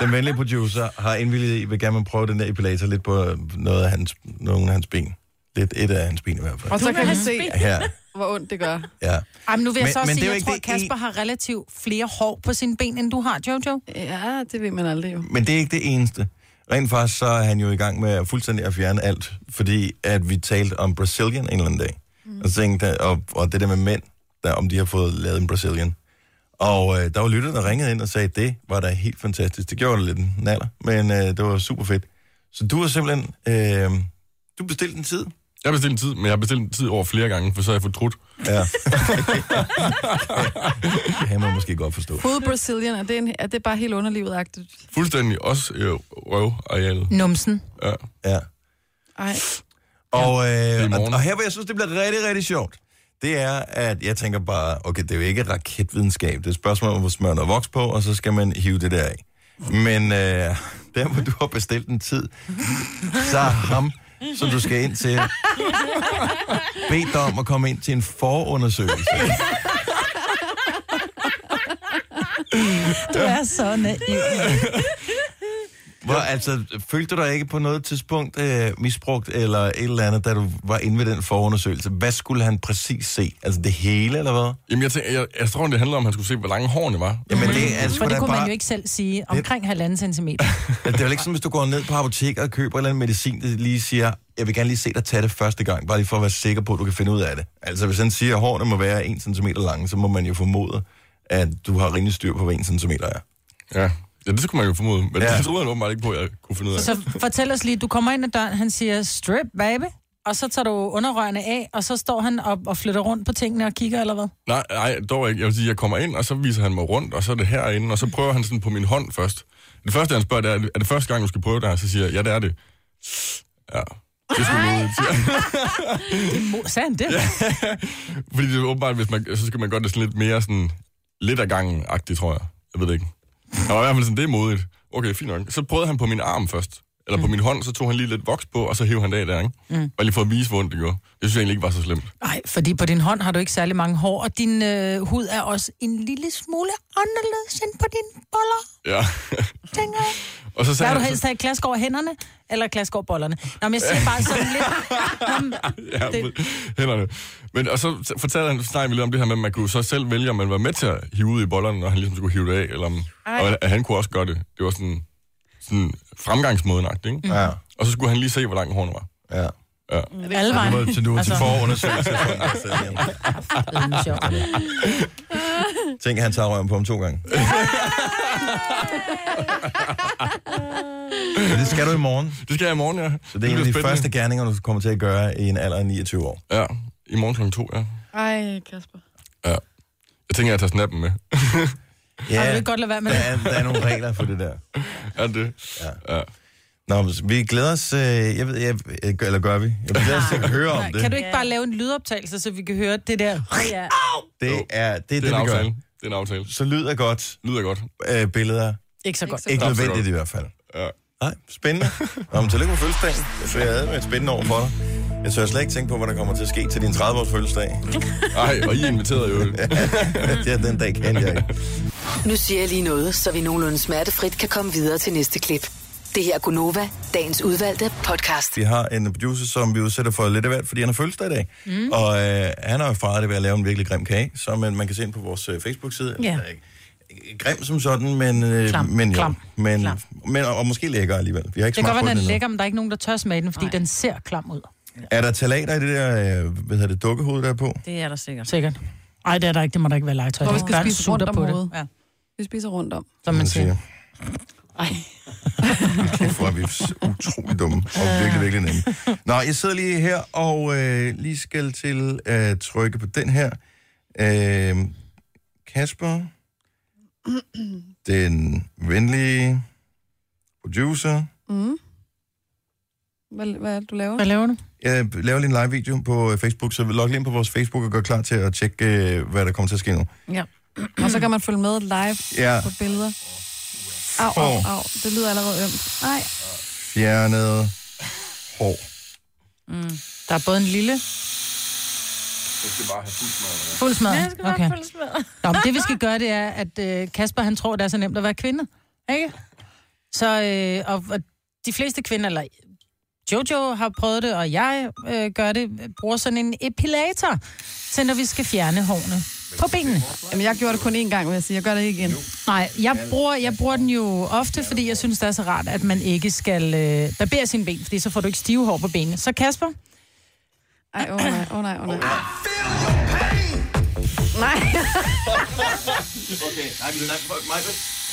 A: den venlige producer, har indvilliget i, vil gerne prøve den der epilator lidt på øh, noget af hans, nogle af hans ben. Lidt et af hans ben i hvert
C: Og
A: fald.
C: så kan vi se,
A: Her,
C: hvor ondt det gør.
A: ja.
B: Ej, men nu vil jeg
A: Men-
B: men, så også
A: men det
B: sige,
A: er jo
B: at jeg
A: ikke
B: tror, at
A: det en-
B: Kasper har relativt flere hår på sine ben, end du har, Jojo.
C: Ja, det ved man aldrig jo.
A: Men det er ikke det eneste. Rent faktisk, så er han jo i gang med at fuldstændig at fjerne alt, fordi at vi talte om Brazilian en eller anden dag. Mm. Og, så tænkte, jeg, og, og det der med mænd, der, om de har fået lavet en Brazilian. Og øh, der var lytter, der ringede ind og sagde, det var da helt fantastisk. Det gjorde det lidt en naller, men øh, det var super fedt. Så du har simpelthen, øh, du bestilte en tid.
G: Jeg har bestilt en tid, men jeg har bestilt en tid over flere gange, for så har jeg fortrudt.
A: Ja. det kan man måske godt forstå.
C: Både Brazilian, er det, en, er det bare helt underlivet-agtigt?
G: Fuldstændig også øh, røvarealet.
B: Numsen.
G: Ja.
A: Ja.
C: Ej,
A: Og, øh,
G: i
A: og,
G: morgen.
A: og her, hvor jeg synes, det bliver rigtig, rigtig sjovt, det er, at jeg tænker bare, okay, det er jo ikke raketvidenskab. Det er et spørgsmål om, hvor smør noget voks på, og så skal man hive det der af. Men øh, der, hvor du har bestilt en tid, så er ham, som du skal ind til, bedt dig om at komme ind til en forundersøgelse.
B: Du er så naiv.
A: Hvor, altså, følte du dig ikke på noget tidspunkt øh, misbrugt eller et eller andet, da du var inde ved den forundersøgelse? Hvad skulle han præcis se? Altså det hele, eller hvad?
G: Jamen, jeg, tænker, jeg, jeg tror, det handler om, at han skulle se, hvor lange hårene var. Mm.
A: Jamen, det er sgu
B: For
A: da
B: det kunne
A: bare...
B: man jo ikke selv sige. Omkring halvanden centimeter.
A: Ja, det er vel ikke sådan, hvis du går ned på apoteket og køber et eller andet medicin, det lige siger, jeg vil gerne lige se dig tage det første gang, bare lige for at være sikker på, at du kan finde ud af det. Altså hvis han siger, at hårene må være 1 cm lange, så må man jo formode, at du har rimelig styr på, hvad 1 cm er.
G: Ja. ja, det skulle man jo formode. Men
A: Ja.
G: ja. det troede han åbenbart ikke på, at jeg kunne finde ud af.
B: Så fortæl os lige, du kommer ind ad døren, han siger, strip, baby. Og så tager du underrørende af, og så står han op og flytter rundt på tingene og kigger, eller hvad?
G: Nej, nej, dog ikke. Jeg vil sige, jeg kommer ind, og så viser han mig rundt, og så er det herinde, og så prøver han sådan på min hånd først. Det første, han spørger, det er, er det første gang, du skal prøve det her? Så siger jeg, ja, det er det. Ja, det skal man jo sige.
B: Mo- Sagde han det? Ja.
G: Fordi det er åbenbart, hvis man, så skal man gøre det sådan lidt mere sådan, lidt af gangen-agtigt, tror jeg. Jeg ved det ikke. Han var i hvert fald sådan, det er modigt. Okay, fint nok. Så prøvede han på min arm først. Eller på min hånd, så tog han lige lidt voks på, og så hævde han det af der, ikke? Mm. Og lige for at vise, hvor ondt det gjorde. Det synes jeg egentlig ikke var så slemt.
B: Nej, fordi på din hånd har du ikke særlig mange hår, og din øh, hud er også en lille smule anderledes end på dine boller,
G: Ja.
B: tænker jeg.
G: og så
B: Hvad
G: sagde
B: vil du
G: han,
B: helst have? Klask over hænderne, eller klask over bollerne? Nå, men jeg siger bare sådan lidt... Nå, men
G: Ja,
B: Det-
G: det... hænderne. Men, og så fortalte han, snakkede vi lidt om det her med, at man kunne så selv vælge, om man var med til at hive ud i bollerne, når han ligesom skulle hive det af, eller om, og at han kunne også gøre det. Det var sådan, sådan fremgangsmåden ikke? Mm.
A: Ja,
G: Og så skulle han lige se, hvor lang hårene var.
A: ja.
G: Ja.
B: alle vejen.
A: Måde til nu, altså...
B: Altså-
A: til forundersøgelse.
B: Det er sjovt.
A: Tænk, at han tager røven på ham to gange. Men det skal du i morgen.
G: Det skal jeg i morgen, ja.
A: Så det er en af de første gerninger, du kommer til at gøre i en alder af 29 år.
G: Ja, i morgen kl. 2, ja.
C: ej Kasper.
G: Jeg tænker, jeg tager snappen med.
B: Ja, og vi vil godt lade være med
A: der,
B: det.
A: er, der er nogle regler for det der.
G: Er det? Ja. ja.
A: Nå, men vi glæder os, øh, jeg ved, jeg, jeg, eller gør vi? Jeg glæder os til at høre om det.
B: Kan du ikke bare lave en lydoptagelse, så vi kan høre det der?
D: Ja.
A: Det er det, er
G: Det er
A: det
G: en
A: vi gør.
G: aftale. Det er en aftale.
A: Så lyder godt,
G: Lyder godt.
A: øh, billeder.
B: Ikke så godt.
A: Ikke
G: Knap så
A: nødvendigt
G: godt.
A: i hvert fald.
G: Ja.
A: Nej, spændende. Nå, men tillykke med fødselsdagen. Jeg tror, jeg havde med et spændende år for dig. Jeg tør slet ikke tænke på, hvad der kommer til at ske til din 30-års fødselsdag.
G: Ej, og I inviterede jo.
A: ja, den dag kan jeg ikke.
E: Nu siger jeg lige noget, så vi nogenlunde smertefrit kan komme videre til næste klip. Det her er Gunova, dagens udvalgte podcast.
A: Vi har en producer, som vi udsætter for lidt af hvert, fordi han har fødselsdag i dag. Mm. Og øh, han har jo fejret det ved at lave en virkelig grim kage, som man, man kan se ind på vores øh, Facebook-side.
D: Ja.
A: Den er ikke- ikke Grim som sådan, men, øh,
D: Klam.
A: men jo.
B: Klam.
A: Men,
D: Klam.
A: men, og, og måske lækker alligevel. Vi har ikke
B: Det kan
A: smagt
B: godt
A: på
B: være, den er
A: endnu.
B: lækker, men der er ikke nogen, der tør smage den, fordi Nej. den ser klam ud.
A: Er der talater i det der, øh, hvad hedder det, dukkehoved der er på?
D: Det er der sikkert.
B: Sikkert. Ej, det er der ikke. Det må der ikke være legetøj.
C: Hvor vi
B: Der
C: skal
B: er en
C: spise rundt
B: sutter
C: om
B: på det,
C: hovedet.
D: Ja.
C: Vi spiser rundt om.
B: Som man siger.
D: Ej.
A: Kæft, hvor er vi utrolig dumme og virkelig, virkelig nemme. Nå, jeg sidder lige her og øh, lige skal til at øh, trykke på den her. Øh, Kasper, den venlige producer.
C: Mm. Hvad, hvad er det, du laver?
B: Hvad laver du?
A: Jeg laver lige en live video på øh, Facebook, så log lige ind på vores Facebook og gør klar til at tjekke, øh, hvad der kommer til at ske nu.
C: Og så kan man følge med live
A: Ja.
C: på billeder. Au, au, au. Det lyder allerede ømt. Nej.
A: Fjernet hår.
B: Der er både en lille... Fuld smad.
D: Jeg skal okay.
B: Okay.
D: bare følge
B: Nå, men det vi skal gøre, det er, at øh, Kasper han tror, det er så nemt at være kvinde. Ikke? Så, øh, og, og de fleste kvinder, eller Jojo har prøvet det, og jeg øh, gør det, bruger sådan en epilator til, når vi skal fjerne hårene på benene.
C: Jamen, jeg gjorde det kun én gang, vil jeg sige. Jeg gør det ikke igen.
B: Nej, jeg bruger, jeg bruger den jo ofte, fordi jeg synes, det er så rart, at man ikke skal øh, barbere sine ben, fordi så får du ikke stive hår på benene. Så Kasper,
C: Ej, åh oh, nej, åh oh, nej, åh oh, nej. Nej.
A: Okay, nej, vi, nej,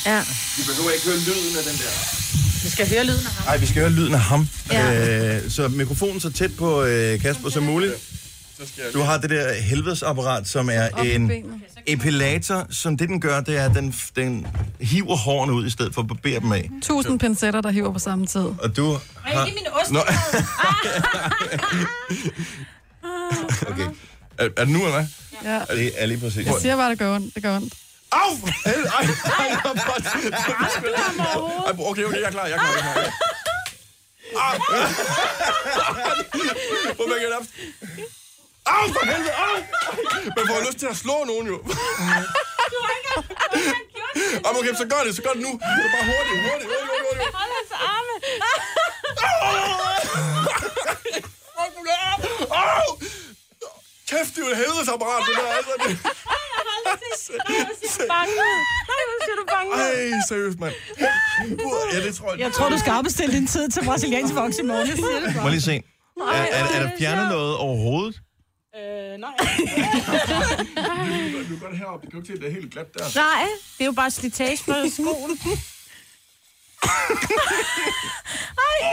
D: Ja.
A: vi behøver ikke høre lyden af den der.
B: vi skal høre lyden af ham.
A: Nej, vi skal høre lyden af ham. Ja. Øh, så mikrofonen så tæt på øh, Kasper som muligt. Du har det der helvedesapparat, som er
C: i
A: en
C: benet.
A: epilator, som det, den gør, det er, at den, den hiver hårene ud, i stedet for at barbere dem af.
C: Tusind pincetter, der hiver på samme tid.
A: Og du har...
B: Ikke min ost.
G: Nå.
A: Okay,
G: Er, er det nu, eller hvad?
C: Ja.
A: det er lige præcis.
C: Jeg siger bare, det gør ondt. Det gør ondt.
G: Au! Helvede, Ej, ej, jeg er bare- Ej, okay, okay, jeg er klar, jeg er klar. Jeg er klar. Au! Prøv at det op. Au, for helvede, au! Man får jo lyst til at slå nogen, jo. Ej, men okay, så gør det, så gør det nu. Det er bare hurtigt, hurtigt, hurtigt, hurtigt, hurtigt. Fuck, nu er det op. Au! Kæft, det er jo et helvedesapparat, det der, altså. Det- Ej, seriøst, mand.
A: Ja, det tror jeg.
B: Jeg tror, du skal afbestille din tid til brasiliansk voks i morgen. Jeg siger det
A: Må jeg lige se. Er, er, er der fjernet noget overhovedet?
C: Øh,
G: Du går det heroppe, du kan jo ikke se, det er helt glat der.
D: Nej, det er jo bare slitage på skoen. Ej,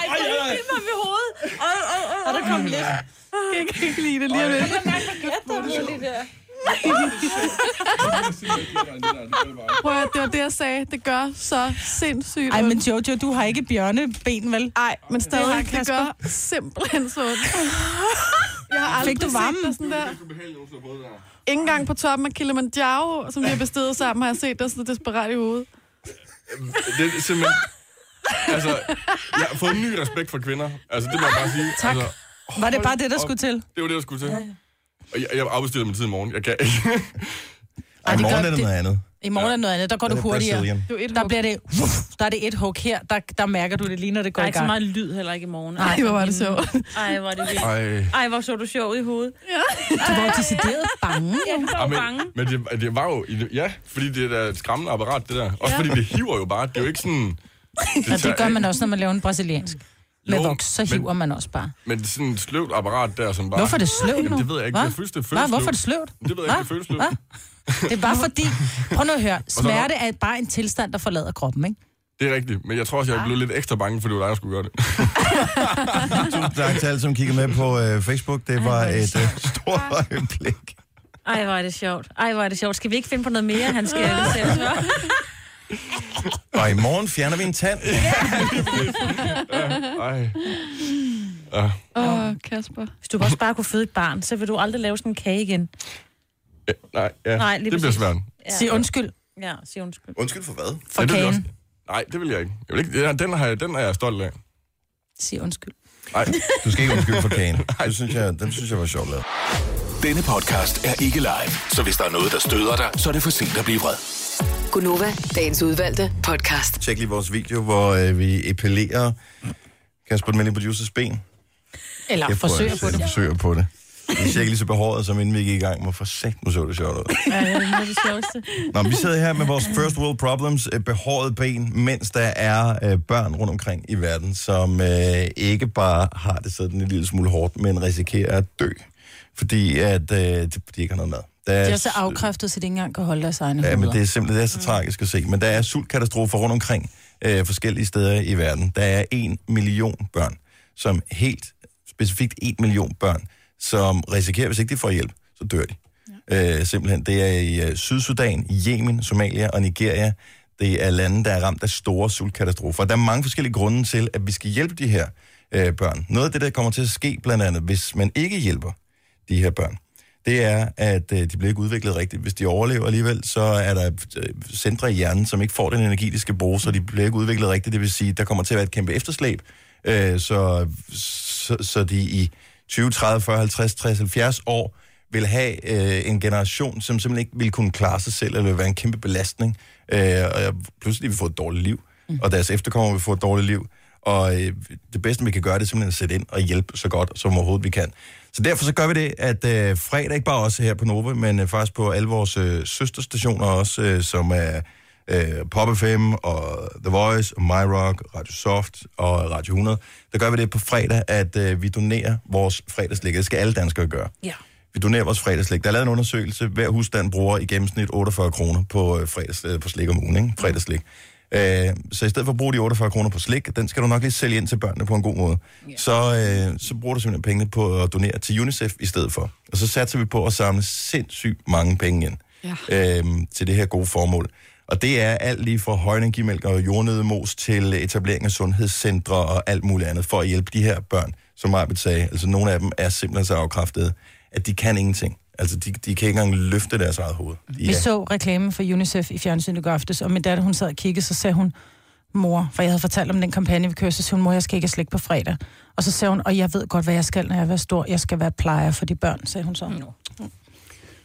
D: ej, ej, ej. mig ved hovedet. Og, og, og, og der kom lidt.
C: Jeg kan ikke lide det lige om lidt. Prøv at høre, det var det, jeg sagde. Det gør så sindssygt
B: Ej,
C: ondt.
B: men Jojo, du har ikke bjørneben, vel?
C: Ej, men
B: Det har
C: stadig, det
B: Kasper.
C: gør simpelthen så ondt. Jeg har aldrig
B: Fik du varmen?
C: set dig sådan der. Ikke engang på toppen af Kilimanjaro, som vi har besteget sammen, har jeg set dig så desperat i hovedet.
G: Det er simpelthen... Altså, jeg har fået en ny respekt for kvinder. Altså, det må jeg bare sige.
B: Tak.
G: Altså,
B: Var det bare det, der
G: op.
B: skulle til?
G: det var det, jeg skulle til. Og jeg, jeg afbestiller min tid i morgen. Jeg kan ikke.
A: Ej,
B: det
A: i morgen
B: gør-
A: er det noget andet.
B: I morgen er noget andet, der går
A: Det
B: du
A: er
B: hurtigere.
A: Brazilian.
C: Det er jo et
B: Der
C: hug.
B: bliver det, wuff, der er det et hug her, der, der mærker du det lige, når det
D: Der
B: går
D: er
B: i
D: ikke så
B: gang.
D: meget lyd heller ikke i morgen.
C: Ej, hvor var det sjovt.
D: Ej, hvor er det vildt.
G: Ej.
D: Ej, hvor så du sjov ud i hovedet.
B: Du var jo decideret bange.
D: Ja, du var
G: Ej,
D: jo
G: men
D: bange.
G: men det, det, var jo... i det- Ja, fordi det er da et skræmmende apparat, det der. Også fordi det hiver jo bare. Det er jo ikke sådan...
B: Og
G: tager-
B: det gør man også, når man laver en brasiliansk. Med
G: Jo,
B: voks, så
G: men-
B: hiver man også bare.
G: Men sådan et sløvt apparat der, som bare...
B: Hvorfor er det sløvt nu?
G: Jamen, det ved jeg ikke.
B: Hva?
G: Det føles- det
B: Hva?
G: føles
B: Hvorfor er det
G: sløvt.
B: sløvt?
G: Det ved jeg ikke, det føles sløvt.
B: Hva? Det er bare fordi... Prøv nu at høre.
G: er der-
B: Smerte er bare en tilstand, der forlader kroppen, ikke?
G: Det er rigtigt. Men jeg tror også, jeg er blevet lidt ekstra bange, fordi det var dig, der skulle gøre det.
A: Tusind tak til alle, som kigger med på øh, Facebook. Det var et øh, stort øjeblik.
D: Ej, hvor er det sjovt. Ej, hvor er det sjovt. Skal vi ikke finde på noget mere, han skal sætte for?
A: Og i morgen fjerner vi en tand.
G: Ej.
C: Åh, oh, Kasper.
D: Hvis du også bare kunne føde et barn, så vil du aldrig lave sådan en kage igen.
G: Ja, nej, ja.
D: Nej, lige
G: det bliver
D: præcis.
G: svært.
B: Sig undskyld.
D: Ja, sig undskyld.
A: Undskyld for hvad?
B: For
G: ja, det vil jeg
B: kagen.
G: også. Nej, det vil jeg ikke. Jeg vil ikke ja, den, har jeg, den er jeg stolt af.
B: Sig undskyld.
G: Nej,
A: Du skal ikke undskylde for kagen. Det synes jeg, den synes jeg var sjovt lavet.
F: Denne podcast er ikke live, så hvis der er noget, der støder dig, så er det for sent at blive vred.
E: Gunova, dagens udvalgte podcast.
A: Tjek lige vores video, hvor øh, vi epillerer Kasper den Mælling Producers ben.
B: Eller
A: Jeg prøver
B: forsøger
A: at
B: på
A: sætte
B: det.
A: Forsøger på det. Det ser ikke lige så behåret, som inden vi gik i gang. Hvorfor sagt, nu så det sjovt ud.
D: Ja, det er det sjoveste.
A: Nå, men vi sidder her med vores first world problems, øh, behåret ben, mens der er øh, børn rundt omkring i verden, som øh, ikke bare har det sådan en lille smule hårdt, men risikerer at dø, fordi at, øh, de de ikke har noget mad. Der
B: De er så afkræftet, så de ikke engang kan holde deres egne
A: Ja, men
B: hoveder.
A: det er simpelthen det er så tragisk at se. Men der er sultkatastrofer rundt omkring øh, forskellige steder i verden. Der er en million børn, som helt specifikt en million børn, som risikerer, hvis ikke de får hjælp, så dør de. Ja. Øh, simpelthen. Det er i øh, Sydsudan, Yemen, Somalia og Nigeria. Det er lande, der er ramt af store sultkatastrofer. Og Der er mange forskellige grunde til, at vi skal hjælpe de her øh, børn. Noget af det, der kommer til at ske blandt andet, hvis man ikke hjælper de her børn, det er, at øh, de bliver ikke udviklet rigtigt. Hvis de overlever alligevel, så er der øh, centre i hjernen, som ikke får den energi, de skal bruge, så de bliver ikke udviklet rigtigt. Det vil sige, der kommer til at være et kæmpe efterslæb, øh, så, så, så de i 20, 30, 40, 50, 60, 70 år vil have øh, en generation, som simpelthen ikke vil kunne klare sig selv, eller vil være en kæmpe belastning, øh, og pludselig vil få et dårligt liv, mm. og deres efterkommere vil få et dårligt liv. Og øh, det bedste, vi kan gøre, det er simpelthen at sætte ind og hjælpe så godt, som overhovedet vi kan. Så derfor så gør vi det, at øh, fredag, ikke bare også her på Nova, men øh, faktisk på alle vores øh, søsterstationer også, øh, som er øh, Pop FM og The Voice og My Rock, Radio Soft og Radio 100, der gør vi det på fredag, at øh, vi donerer vores fredagslæg. Det skal alle danskere gøre.
D: Ja.
A: Vi donerer vores fredagslæg. Der er lavet en undersøgelse. Hver husstand bruger i gennemsnit 48 kroner på, øh, fredags, øh, på slik om ugen. Ikke? Fredagslæg. Øh, så i stedet for at bruge de 48 kroner på slik, den skal du nok lige sælge ind til børnene på en god måde, så, øh, så bruger du simpelthen pengene på at donere til UNICEF i stedet for. Og så satser vi på at samle sindssygt mange penge ind ja. øh, til det her gode formål. Og det er alt lige fra højenergimælk og jordnødemos til etablering af sundhedscentre og alt muligt andet, for at hjælpe de her børn, som Marbet sagde. Altså nogle af dem er simpelthen så afkræftede, at de kan ingenting. Altså de, de kan ikke engang løfte deres eget hoved. De
B: Vi
A: er-
B: så reklamen for UNICEF i fjernsynet i går aftes, og min datter, hun sad og kiggede, så sagde hun, mor, for jeg havde fortalt om den kampagne, vi kører, så sagde hun, mor, jeg skal ikke have slik på fredag. Og så sagde hun, og jeg ved godt, hvad jeg skal, når jeg er stor. Jeg skal være plejer for de børn, sagde hun så. No.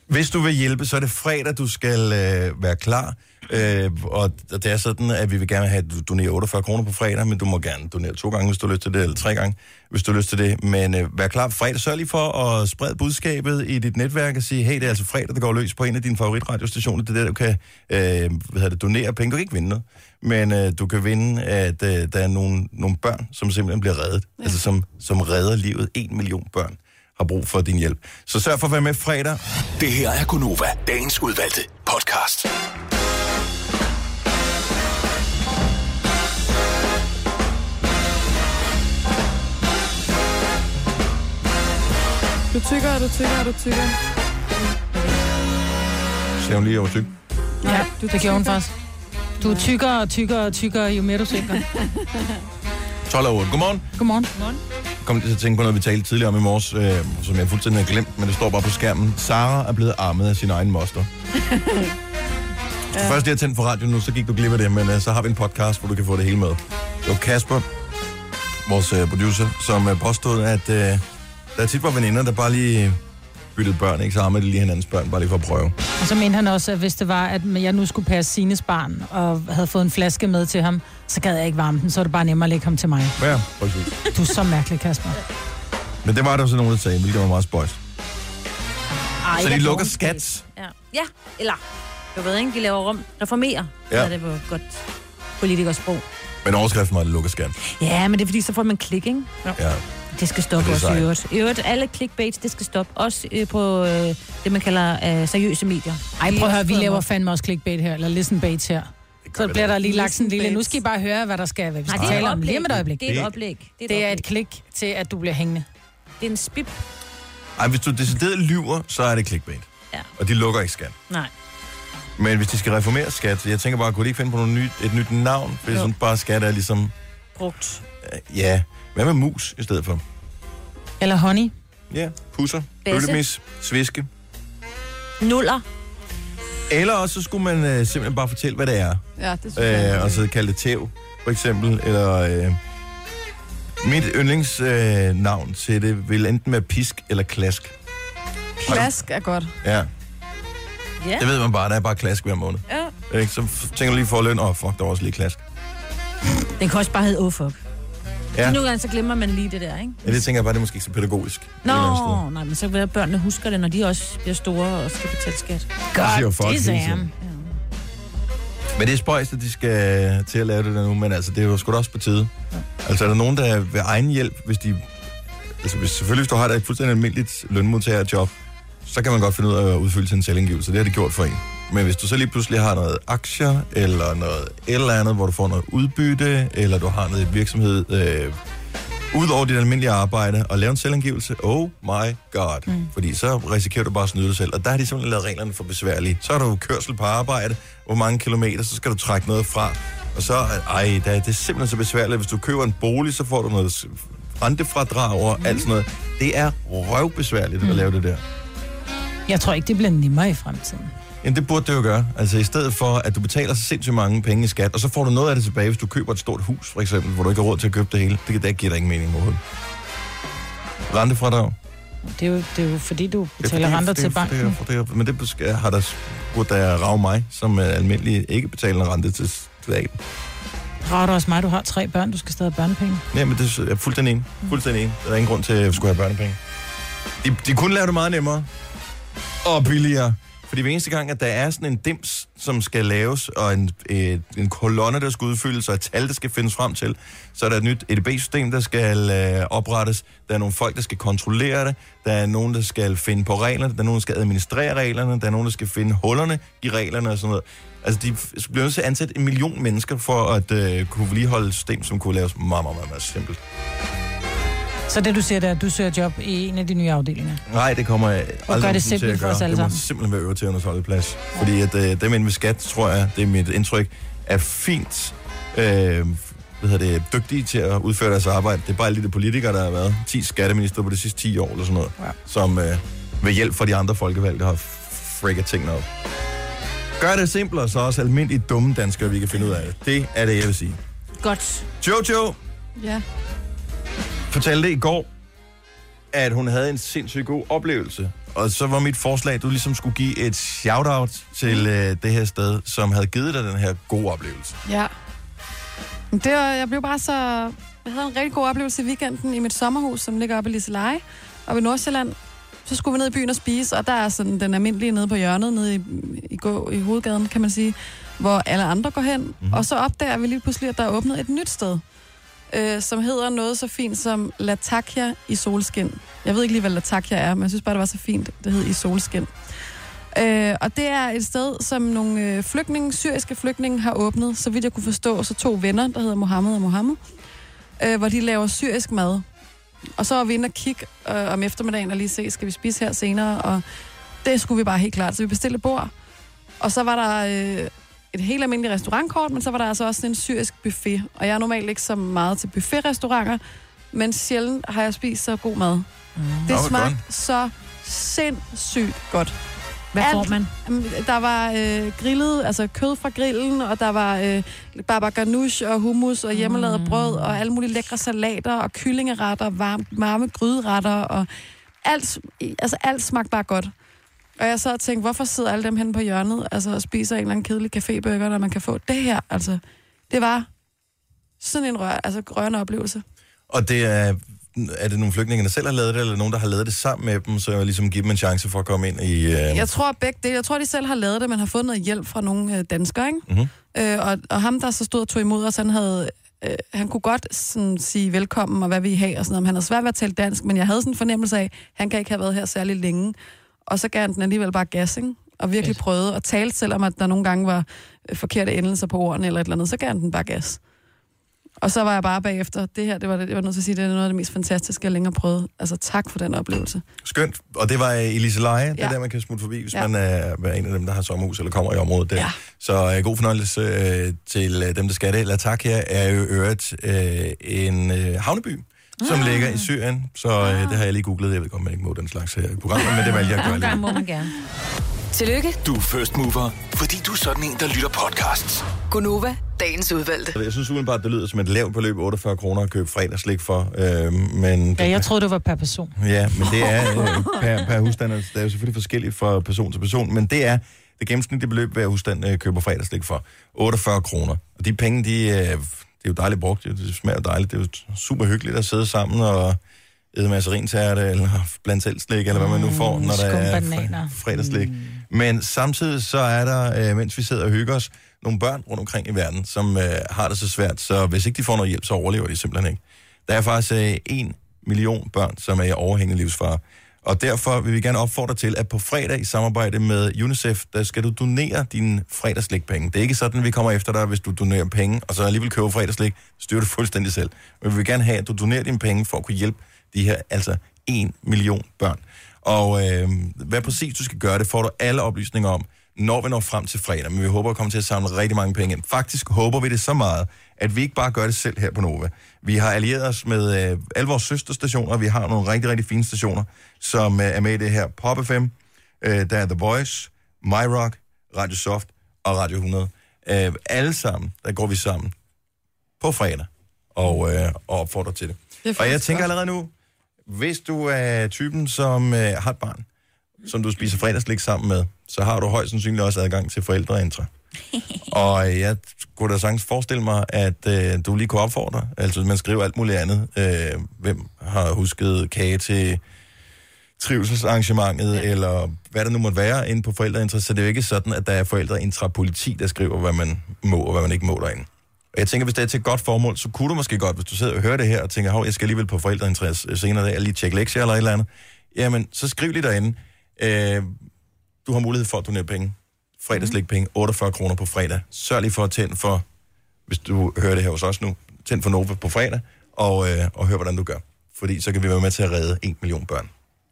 A: Hvis du vil hjælpe, så er det fredag, du skal øh, være klar. Øh, og det er sådan, at vi vil gerne have, at du donerer 48 kroner på fredag, men du må gerne donere to gange, hvis du har lyst til det, eller tre gange, hvis du har lyst til det. Men øh, vær klar på fredag. Sørg lige for at sprede budskabet i dit netværk og sige, hey, det er altså fredag, der går løs på en af dine favoritradiostationer. Det er der, du kan øh, hvad hedder det, donere penge. Du kan ikke vinde noget, men øh, du kan vinde, at øh, der er nogle, nogle børn, som simpelthen bliver reddet. Ja. Altså som, som redder livet. En million børn har brug for din hjælp. Så sørg for at være med fredag.
F: Det her er Gunova, dagens udvalgte podcast.
C: Du tykker, og du tykker, og du tykker.
A: Ser hun lige over tyk.
B: Ja, du, det gjorde hun faktisk. Du er tykkere og tykkere og tykkere, jo mere du tykker.
A: 12 over 8. Godmorgen.
B: Godmorgen.
A: Kom lige til at tænke på noget, vi talte tidligere om i morges, øh, som jeg fuldstændig har glemt, men det står bare på skærmen. Sara er blevet armet af sin egen moster. ja. Først lige har tændt for radioen nu, så gik du glip af det, men øh, så har vi en podcast, hvor du kan få det hele med. Det var Kasper, vores øh, producer, som øh, påstod, at øh, der tit var veninder, der bare lige byttede børn, ikke? Så armede de lige hinandens børn, bare lige for at prøve.
B: Og så mente han også, at hvis det var, at jeg nu skulle passe Sines barn, og havde fået en flaske med til ham, så gad jeg ikke varme den, så var det bare nemmere at lægge ham til mig.
A: Ja, præcis.
B: Du er så mærkelig, Kasper.
A: Men det var der så nogen, der sagde, hvilket var meget spøjs.
D: Ej,
A: Så de
D: jeg
A: lukker
D: tror,
A: skat.
D: Ja. ja, eller, du ved ikke, de laver rum. Reformerer,
A: Ja.
D: ja. er det på godt politikersprog.
A: Men overskriften var, at det lukker skat.
D: Ja, men det er fordi, så får man klik, ikke?
A: Ja.
D: Det skal
A: Det
D: stoppe
A: er
D: også i
A: sejt.
D: øvrigt. I øvrigt, alle clickbaits, det skal stoppe. Også øh, på øh, det, man kalder øh, seriøse medier.
B: Ej, prøv at høre, vi
D: Fået
B: laver
D: mig.
B: fandme også clickbait her, eller listenbait her. Så bliver der lige lagt sådan en lille, nu skal I bare høre, hvad der skal, hvad vi
D: Nej,
B: skal
D: det er et
B: tale om lige
D: oplæg.
B: om et øjeblik.
D: Det er et oplæg. Det
B: Det er et
D: oplæg.
B: klik til, at du bliver hængende.
D: Det er en spip.
A: Ej, hvis du decideret lyver, så er det clickbait.
D: Ja.
A: Og de lukker ikke skat.
D: Nej.
A: Men hvis de skal reformere skat, jeg tænker bare, kunne de ikke finde på noget nyt, et nyt navn? Hvis
D: Jo.
A: sådan bare skat er ligesom,
D: Brugt.
A: øh, ja, hvad med mus i stedet for?
B: Eller honey.
A: Ja, pusser,
D: Basse.
A: bøllemis, sviske.
D: Nuller.
A: Eller også så skulle man øh, simpelthen bare fortælle, hvad det er.
C: Ja, det synes jeg.
A: Øh, og så kalde det tæv, for eksempel. Eller øh, mit yndlingsnavn øh, navn til det vil enten være pisk eller klask.
C: Klask er godt.
A: Ja.
D: Ja.
A: Det ved man bare, der er bare klask hver måned.
D: Ja.
A: Ikke? Så f- tænker du lige for løn, åh oh, fuck, der var også lige klask.
D: Den kan også bare hedde oh fuck.
A: Ja.
D: Ja. Nogle gange så glemmer man lige det der, ikke?
A: Ja, det tænker jeg bare, det er måske ikke så pædagogisk. et
D: Nå,
A: eller andet sted.
D: nej, men så vil jeg, børnene husker det, når de også bliver store og skal betale skat.
A: Det siger folk
B: det
A: hele tiden. Men det er spøjst, at de skal øh, til at lave det der nu, men altså, det er jo sgu da også på tide. Altså, er der nogen, der ved egen hjælp, hvis de... Altså, hvis, selvfølgelig, hvis du har et fuldstændig almindeligt lønmodtagerjob, så kan man godt finde ud af at udfylde sin selvindgivelse. Det har det gjort for en. Men hvis du så lige pludselig har noget aktier, eller noget et eller andet, hvor du får noget udbytte, eller du har noget i virksomhed, øh, ud over dit almindelige arbejde, og lave en selvangivelse, oh my god. Mm. Fordi så risikerer du bare at snyde dig selv. Og der har de simpelthen lavet reglerne for besværlige. Så har du kørsel på arbejde, hvor mange kilometer, så skal du trække noget fra. Og så, ej, der, det er simpelthen så besværligt. Hvis du køber en bolig, så får du noget s- rentefradrag og mm. alt sådan noget. Det er røvbesværligt at lave det der.
B: Jeg tror ikke, det bliver nemmere i fremtiden.
A: Jamen, det burde det jo gøre. Altså, i stedet for, at du betaler så sindssygt mange penge i skat, og så får du noget af det tilbage, hvis du køber et stort hus, for eksempel, hvor du ikke har råd til at købe det hele. Det, det giver da ingen mening overhovedet. Rentefradrag.
B: Det er jo, det er jo fordi, du
A: Det er
B: betaler
A: fordi-
B: renter
A: det er-
B: til
A: det er-
B: banken.
A: det er- det er- Men det besk- har der s- burde der rave mig, som er almindelig ikke betalende rente til staten.
B: Rager du også mig, du har tre børn, du skal stadig have børnepenge.
A: Nej, men det er jeg er fuldstændig enig. Fuldstændig enig. Der er ingen grund til, at jeg skulle have børnepenge. De, de kunne lave det meget nemmere og billigere. Fordi hver eneste gang, at der er sådan en dims, som skal laves, og en, øh, en kolonne, der skal udfyldes, og et tal, der skal findes frem til, så er der et nyt EDB-system, der skal øh, oprettes. Der er nogle folk, der skal kontrollere det. Der er nogen, der skal finde på reglerne. Der er nogen, der skal administrere reglerne. Der er nogen, der skal finde hullerne i reglerne og sådan noget. Altså, de f- bliver nødt til at ansætte en million mennesker for at øh, kunne vedligeholde et system, som kunne laves meget, meget, meget, meget simpelt.
B: Så det, du siger, det er, at du søger job i en af de nye afdelinger.
A: Nej, det kommer jeg aldrig
B: gør det
A: nogensinde til
B: simpelt
A: at
B: for
A: gøre.
B: os alle
A: det må
B: sammen.
A: simpelthen være øvrigt til plads. Fordi at øh, dem inde ved skat, tror jeg, det er mit indtryk, er fint øh, hvad hedder det, dygtige til at udføre deres arbejde. Det er bare alle de der politikere, der har været 10 skatteminister på de sidste 10 år eller sådan noget, ja. som øh, ved hjælp fra de andre folkevalgte har frikket tingene op. Gør det simplere, så også almindeligt dumme danskere, vi kan finde ud af det. Det er det, jeg vil sige.
D: Godt.
A: Jojo,
C: Ja.
A: fortalte i går, at hun havde en sindssygt god oplevelse. Og så var mit forslag, at du ligesom skulle give et shout-out til øh, det her sted, som havde givet dig den her gode oplevelse.
C: Ja. Men Det, var- jeg blev bare så... Jeg havde en rigtig god oplevelse i weekenden i mit sommerhus, som ligger oppe i Liseleje, oppe i Nordsjælland. Så skulle vi ned i byen og spise, og der er sådan den almindelige nede på hjørnet, nede i, i, gå, i hovedgaden, kan man sige, hvor alle andre går hen. Mm-hmm. Og så opdager vi lige pludselig, at der er åbnet et nyt sted, øh, som hedder noget så fint som Latakia i solskin. Jeg ved ikke lige, hvad Latakia er, men jeg synes bare, det var så fint, det hed i solskin. Øh, og det er et sted, som nogle øh, flygtninge, syriske flygtninge har åbnet, så vidt jeg kunne forstå, så to venner, der hedder Mohammed og Mohammed, øh, hvor de laver syrisk mad. Og så var vi inde og kigge øh, om eftermiddagen og lige se, skal vi spise her senere, og det skulle vi bare helt klart, så vi bestilte et bord. Og så var der øh, et helt almindeligt restaurantkort, men så var der altså også sådan en syrisk buffet, og jeg er normalt ikke så meget til buffetrestauranter, men sjældent har jeg spist så god mad. Mm.
A: Nå,
C: Det
A: hvor
C: smagte
A: godt.
C: så sindssygt godt.
D: Hvad
C: Alt.
D: får man?
C: Jamen, Der var øh, grillet, altså kød fra grillen, og der var øh, baba ganoush og hummus og hjemmelavet mm. brød og alle mulige lækre salater og kyllingeretter, varm, varme gryderetter og alt, altså alt smagte bare godt. Og jeg sad og tænkte, hvorfor sidder alle dem henne på hjørnet altså, og spiser en eller anden kedelig cafébøger, når man kan få det her? Altså, det var sådan en rør, altså, rørende oplevelse.
A: Og det er, er det nogle flygtninge, der selv har lavet det, eller nogen, der har lavet det sammen med dem, så jeg ligesom give dem en chance for at komme ind i... Øh...
C: Jeg tror begge det. Jeg tror, de selv har lavet det, men har fået noget hjælp fra nogle øh, danskere, ikke?
A: Mhm.
C: Øh, og, og ham, der så stod og tog imod os, han havde... Øh, han kunne godt sådan, sige velkommen og hvad vi have og sådan noget. men Han havde svært ved at tale dansk, men jeg havde sådan en fornemmelse af, han kan ikke have været her særlig længe. Og så gav han den alligevel bare gas, ikke? Og virkelig prøvede at tale, selvom at der nogle gange var øh, forkerte endelser på ordene eller et eller andet. Så gav han den bare gas. Og så var jeg bare bagefter. Det her, det var, det, jeg var nødt til at sige, det er noget af det mest fantastiske, jeg længere har prøvet. Altså tak for den oplevelse.
A: Skønt. Og det var øh, i Liseleje. Det er
C: Ja.
A: der, man kan smutte forbi, hvis ja.
C: Ja.
A: man er er en af dem, der har sommerhus eller kommer i området der. Ja.
C: Ja.
A: Så øh, god fornøjelse øh, til øh, dem, der skal det. Latak her er jo i øvrigt øh, en øh, havneby, som
C: Ah.
A: ligger i Syrien. Så øh, det har jeg lige googlet. Jeg ved godt, man ikke må den slags her i programmet, men det valgte jeg at gøre
D: Nogle gange
A: lige.
D: må man gerne.
E: Tillykke,
F: Du er first mover, fordi du er sådan en, der lytter podcasts.
E: Gunova, dagens udvalgte.
A: Jeg synes umiddelbart, det lyder som et lavt beløb, 48 kroner at købe fredagslik for. Øh, men
B: Ja, jeg troede, det var per person.
A: Ja, men det er øh, per, per husstand. altså, Det er jo selvfølgelig forskelligt fra person til person, men det er det gennemsnitlige beløb, hver husstand øh, køber fredagslik for. 48 kroner. Og de penge, de, øh, det er jo dejligt brugt. Det det smager jo dejligt. Det er jo super hyggeligt at sidde sammen og æde masserinterter, eller blandt selv slik, eller hvad man nu får, når der er
B: skumbananer.
A: fr- fredagslik. Mm. Men samtidig så er der, øh, mens vi sidder og hygger os, nogle børn rundt omkring i verden, som øh, har det så svært, så hvis ikke de får noget hjælp, så overlever de simpelthen ikke. Der er faktisk øh, en million børn, som er i overhængende livsfare. Og derfor vil vi gerne opfordre til, at på fredag i samarbejde med UNICEF, der skal du donere dine fredagslikpenge. Det er ikke sådan, vi kommer efter dig, hvis du donerer penge, og så alligevel køber fredagslik, styrer du fuldstændig selv. Men vi vil gerne have, at du donerer dine penge for at kunne hjælpe de her, altså en million børn. Og øh, hvad præcis du skal gøre, det får du alle oplysninger om, når vi når frem til fredag. Men vi håber at komme til at samle rigtig mange penge ind. Faktisk håber vi det så meget, at vi ikke bare gør det selv her på Nova. Vi har allieret os med øh, alle vores søsterstationer. Vi har nogle rigtig, rigtig fine stationer, som øh, er med i det her. Pop FM, øh, der er The Voice, MyRock, Radio Soft og Radio 100. Øh, alle sammen, der går vi sammen på fredag og, øh, og opfordrer til det.
C: Det
A: Og jeg tænker allerede nu, hvis du er typen, som øh, har et barn, som du spiser fredagslik sammen med, så har du højst sandsynligt også adgang til forældreintra. og øh, jeg kunne da sagtens forestille mig, at øh, du lige kunne opfordre, altså man skriver alt muligt andet. Øh, hvem har husket kage til trivselsarrangementet, ja. eller hvad der nu måtte være inde på forældreintra, så det er jo ikke sådan, at der er forældreintra-politi, der skriver, hvad man må og hvad man ikke må derinde. Og jeg tænker, hvis det er til et godt formål, så kunne du måske godt, hvis du sidder og hører det her og tænker, hov, jeg skal alligevel på forældreinteresse øh, senere i dag, og lige tjekke lektier eller et eller andet. Jamen, så skriv lige derinde. Øh, du har mulighed for at donere penge. Fredagslæg penge, 48 kroner på fredag. Sørg lige for at tænde for, hvis du hører det her hos os nu, tænd for Nova på fredag, og, øh, og hør, hvordan du gør. Fordi så kan vi være med til at redde 1 million børn,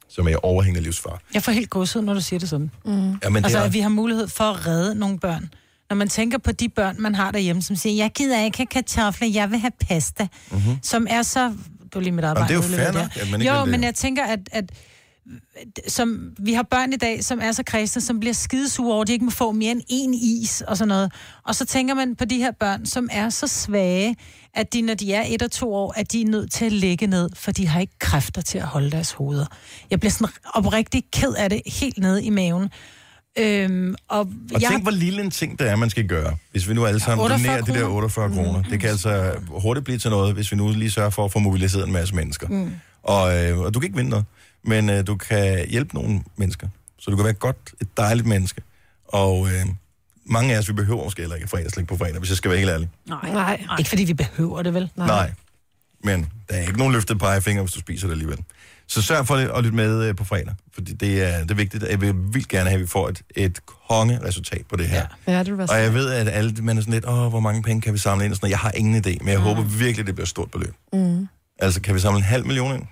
A: som er i overhængende livsfar.
B: Jeg får helt gåsehud, når du siger det sådan.
A: Ja, men
B: Altså,
A: det er,
B: at vi har mulighed for at redde nogle børn. Når man tænker på de børn, man har derhjemme, som siger, jeg gider ikke have kartofler, jeg vil have pasta, mm-hmm. som er så... Du er lige mit arbejde.
A: det er jo
B: nu lever
A: fair
B: der.
A: nok, at man ikke
B: jo,
A: vil det.
B: men jeg tænker, at, at som, vi har børn i dag, som er så kristne, som bliver skidesure over, at de ikke må få mere end én is og sådan noget. Og så tænker man på de her børn, som er så svage, at de, når de er et og to år, at de er nødt til at ligge ned, for de har ikke kræfter til at holde deres hoveder. Jeg bliver sådan oprigtig ked af det, helt nede i maven. Øhm, og,
A: Og
B: jeg
A: tænk,
B: har-
A: hvor lille en ting det er, man skal gøre, hvis vi nu alle sammen
B: 48
A: donerer de der
B: kroner.
A: 48 kroner. Det kan altså hurtigt blive til noget, hvis vi nu lige sørger for at få mobiliseret en masse mennesker. Mm. Og, øh, og du kan ikke vinde noget, men øh, du kan hjælpe nogle mennesker. Så du kan være et godt, et dejligt menneske. Og øh, mange af os, vi behøver måske heller ikke fredagslæg på fredag, hvis jeg skal være helt ærlig.
D: Nej.
C: Nej.
B: Ikke fordi vi behøver det, vel?
A: Nej. Nej. Men der er ikke nogen løftet pegefinger, hvis du spiser det alligevel. Så sørg for at lytte med øh, på fredag, fordi det er, det er vigtigt. Jeg vil vildt gerne have, at vi får et, et kongeresultat på det her. Ja.
C: Ja, det vil være
A: Og
C: jeg...
A: jeg ved, at alle, man er sådan lidt, åh, hvor mange penge kan vi samle ind? Og sådan noget. Jeg har ingen idé, men jeg håber virkelig, det bliver et stort beløb. Mm. Altså, kan vi samle en halv million ind?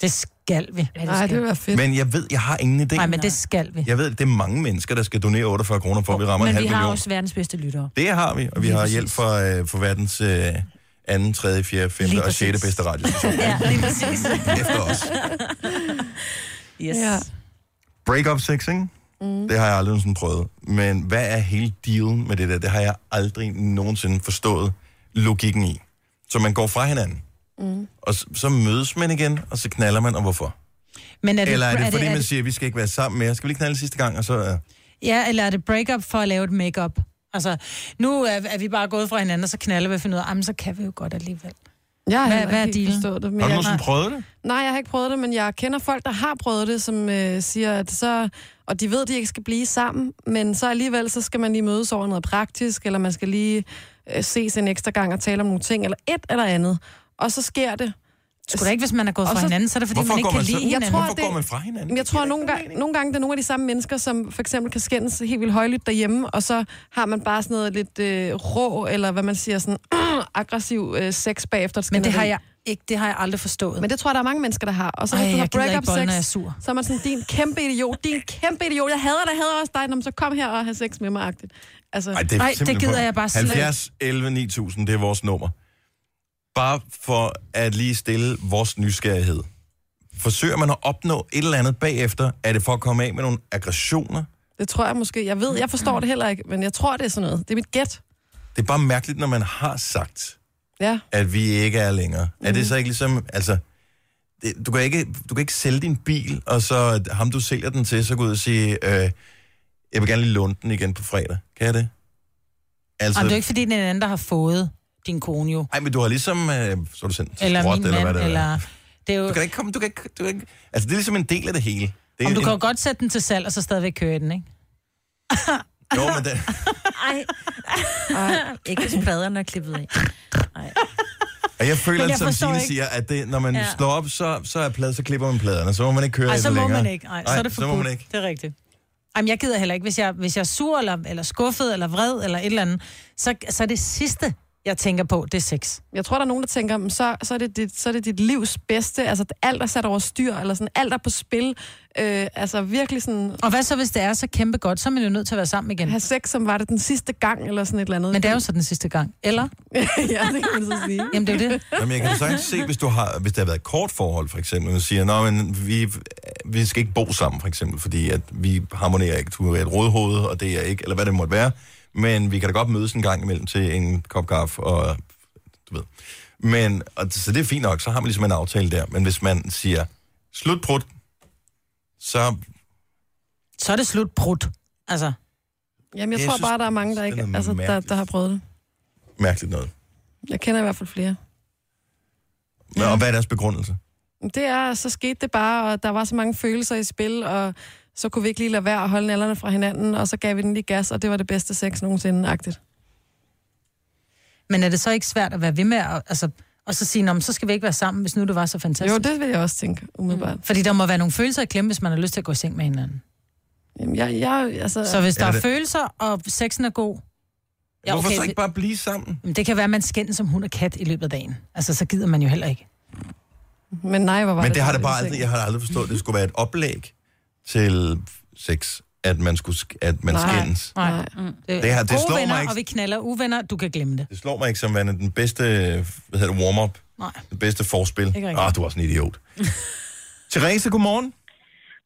B: Det skal vi.
C: Nej, det vil være fedt.
A: Men jeg ved, jeg har ingen idé.
B: Nej, men det skal vi.
A: Jeg ved, at det er mange mennesker, der skal donere 48 kroner, for at vi rammer en
D: Men
A: halv
D: vi har
A: million.
D: også verdens bedste lyttere.
A: Det har vi, og vi har hjælp fra, øh, fra verdens øh, anden, tredje, fjerde, femte
D: Lige
A: og sjette
D: præcis.
A: bedste radiostation
D: Ja, lige præcis.
A: efter os.
D: Yes.
C: Ja.
D: Ja.
A: Break-up sex, ikke? Mm. Det har jeg aldrig nogensinde prøvet. Men hvad er hele dealen med det der? Det har jeg aldrig nogensinde forstået logikken i. Så man går fra hinanden, mm. og så, så mødes man igen, og så knaller man, og hvorfor?
B: Men er det,
A: Eller er det, fordi
B: er
A: man siger, at vi skal ikke være sammen mere? Skal vi lige knalde sidste gang? Og så, øh,
B: Ja, eller er det breakup for at lave et makeup? Altså, nu er, er vi bare gået fra hinanden, og så knaller vi og finder ud af, "Jamen, så kan vi jo godt alligevel.
C: Jeg har
B: Hvad-
C: heller
B: hvad er
C: ikke helt
B: dealen?
C: forstået det. Men
A: har du
C: jeg...
A: nogensinde prøvet det?
C: Nej, jeg har ikke prøvet det, men jeg kender folk, der har prøvet det, som øh, siger, at så... Og de ved, at de ikke skal blive sammen, men så alligevel, så skal man lige mødes over noget praktisk, eller man skal lige øh, ses en ekstra gang og tale om nogle ting, eller et eller andet. Og så sker det.
B: Sgu da ikke, hvis man er gået
C: Og
B: fra
C: så-
B: hinanden, så er det fordi,
A: Hvorfor
B: man ikke
A: går
B: kan
A: man så
B: lide
A: ud?
B: hinanden.
C: Jeg tror,
A: Hvorfor
C: det-
A: går man fra hinanden?
C: Men jeg tror, at nogle, gange, nogle gange, det er nogle af de samme mennesker, som for eksempel kan skændes helt vildt højlydt derhjemme, og så har man bare sådan noget lidt øh, rå, eller hvad man siger, sådan aggressiv øh, sex bagefter et
B: Men det har
C: skænderi.
B: jeg ikke, det har jeg aldrig forstået.
C: Men det tror jeg, der er mange mennesker, der har. Og så
B: Ej,
C: hvis du har
B: jeg gider ikke
C: break-up
B: bolle, når jeg er
C: sex,
B: sur.
C: så er man sådan, din kæmpe idiot, din kæmpe idiot, jeg hader dig, jeg hader også dig, Nå, men så kom her og have sex med mig, agtigt. Altså,
A: Ej, det,
B: Nej,
A: er
B: det
A: simpelthen
B: gider
A: for-
B: jeg bare slet ikke.
A: 70 11 9000, det er vores nummer. Bare for at lige stille vores nysgerrighed. Forsøger man at opnå et eller andet bagefter? Er det for at komme af med nogle aggressioner?
C: det tror jeg måske. Jeg ved, jeg forstår det heller ikke, men jeg tror, det er sådan noget. Det er mit gæt.
A: Det er bare mærkeligt, når man har sagt,
C: Ja.
A: at vi ikke er længere. Mm. Er det så ikke ligesom, altså, det, du, kan ikke, du kan ikke sælge din bil, og så ham, du sælger den til, så gå ud og sige, øh, jeg vil gerne lige låne den igen på fredag. Kan jeg det? Altså,
B: Jamen, det er jo ikke, fordi det er en anden, der har fået din kone jo.
A: Ej, men du har ligesom, øh, så har du sendt
B: Eller
A: skrot,
B: min mand,
A: hvad det
B: eller...
A: er.
B: eller det er jo,
A: Du kan da ikke komme, du kan ikke, du kan ikke... Altså, det er ligesom en del af det hele. Det er
B: om du
A: en,
B: kan jo godt sætte den til salg, og så stadigvæk køre i den, ikke?
A: Jo, men det,
D: Ej. Ej. Ikke hvis pladerne er klippet af. Ej.
A: og jeg føler,
B: Men jeg
A: jeg som
B: forstår
A: Signe
B: ikke.
A: siger, at det, når man ja.
D: Ja.
A: slår op, så, så er plade, så klipper man pladerne. Så må man ikke køre
B: Ej,
A: i
B: så
A: det
B: må
A: længere.
B: man ikke. Ej, så
A: Ej,
B: er det
A: så må
B: forbudt.
A: man ikke.
B: Det er rigtigt. Jamen, jeg gider heller ikke. Hvis jeg, hvis jeg er sur, eller, eller skuffet, eller vred, eller et eller andet, så, så er det sidste, jeg tænker på, det er sex.
C: Jeg tror, der er nogen, der tænker, "Men så, så, er det dit, så er det dit livs bedste. Altså, alt er sat over styr, eller sådan, alt er på spil. Øh, altså, virkelig sådan,
B: Og hvad så, hvis det er så kæmpe godt, så er man jo nødt til at være sammen igen.
C: have sex, som var det den sidste gang, eller sådan et eller andet.
B: Men det er jo så den sidste gang. Eller?
C: ja, det kan man så sige.
B: Jamen, det er jo det.
A: Nå, men jeg kan da sagtens se, hvis, du har, hvis det har været et kort forhold, for eksempel, og siger, Nå, men vi, vi skal ikke bo sammen, for eksempel, fordi at vi harmonerer ikke. Du er et rådhoved, og det er jeg ikke, eller hvad det måtte være. Men vi kan da godt mødes en gang imellem til en kop kaffe, og du ved. Men, og, så det er fint nok, så har man ligesom en aftale der. Men hvis man siger, slut prut, så
B: Så er det slut brudt. Altså,
C: Jamen,
A: Jeg
C: jeg, jeg tror
A: synes,
C: bare, der er mange,
A: det
C: der,
A: er
C: ikke,
A: noget
C: altså, der,
A: mærkeligt.
C: der har prøvet det.
A: mærkeligt noget.
C: Jeg kender i hvert fald flere.
A: Men, Og hvad er deres begrundelse?
C: Det er, så skete det bare, og der var så mange følelser i spil, og så kunne vi ikke lige lade være at holde nælderne fra hinanden, og så gav vi den lige gas, og det var det bedste sex nogensinde-agtigt.
B: men er det så ikke svært at være ved med at, altså, og så sige, "Nå, men så skal vi ikke være sammen, hvis nu det var så fantastisk? Mm.
C: Jo, det vil jeg også tænke, umiddelbart.
B: Fordi der må være nogle følelser i klemme, hvis man har lyst til at gå i seng med hinanden.
C: Jamen, jeg, jeg, altså,
B: Så hvis der
A: Ja,
B: er
A: det-
B: følelser, og sexen er god,
A: Ja, Hvorfor
B: okay,
A: så
B: vi-
A: ikke bare blive sammen?
B: jamen, det kan være, at man skændes som hund og kat i løbet af dagen. Altså, så gider man jo heller ikke.
C: men nej, hvor var
A: Men det har
C: dejligt
A: det bare
C: i
A: aldrig,
C: sengen.
A: jeg har aldrig forstået, at det skulle være et oplæg til sex, at man, skulle, sk- at man
C: Nej.
A: skændes.
B: Nej. Mm.
C: Nej.
A: Det her- det
B: Gode
A: slår mig
B: venner,
A: ikke.
B: og vi knaller uvenner, du kan glemme det.
A: Det slår mig ikke som værende den bedste hvad hedder det, warm-up,
B: Nej.
A: det bedste forspil.
B: Ikke rigtigt.
A: Ah, du er også en idiot. Therese, godmorgen.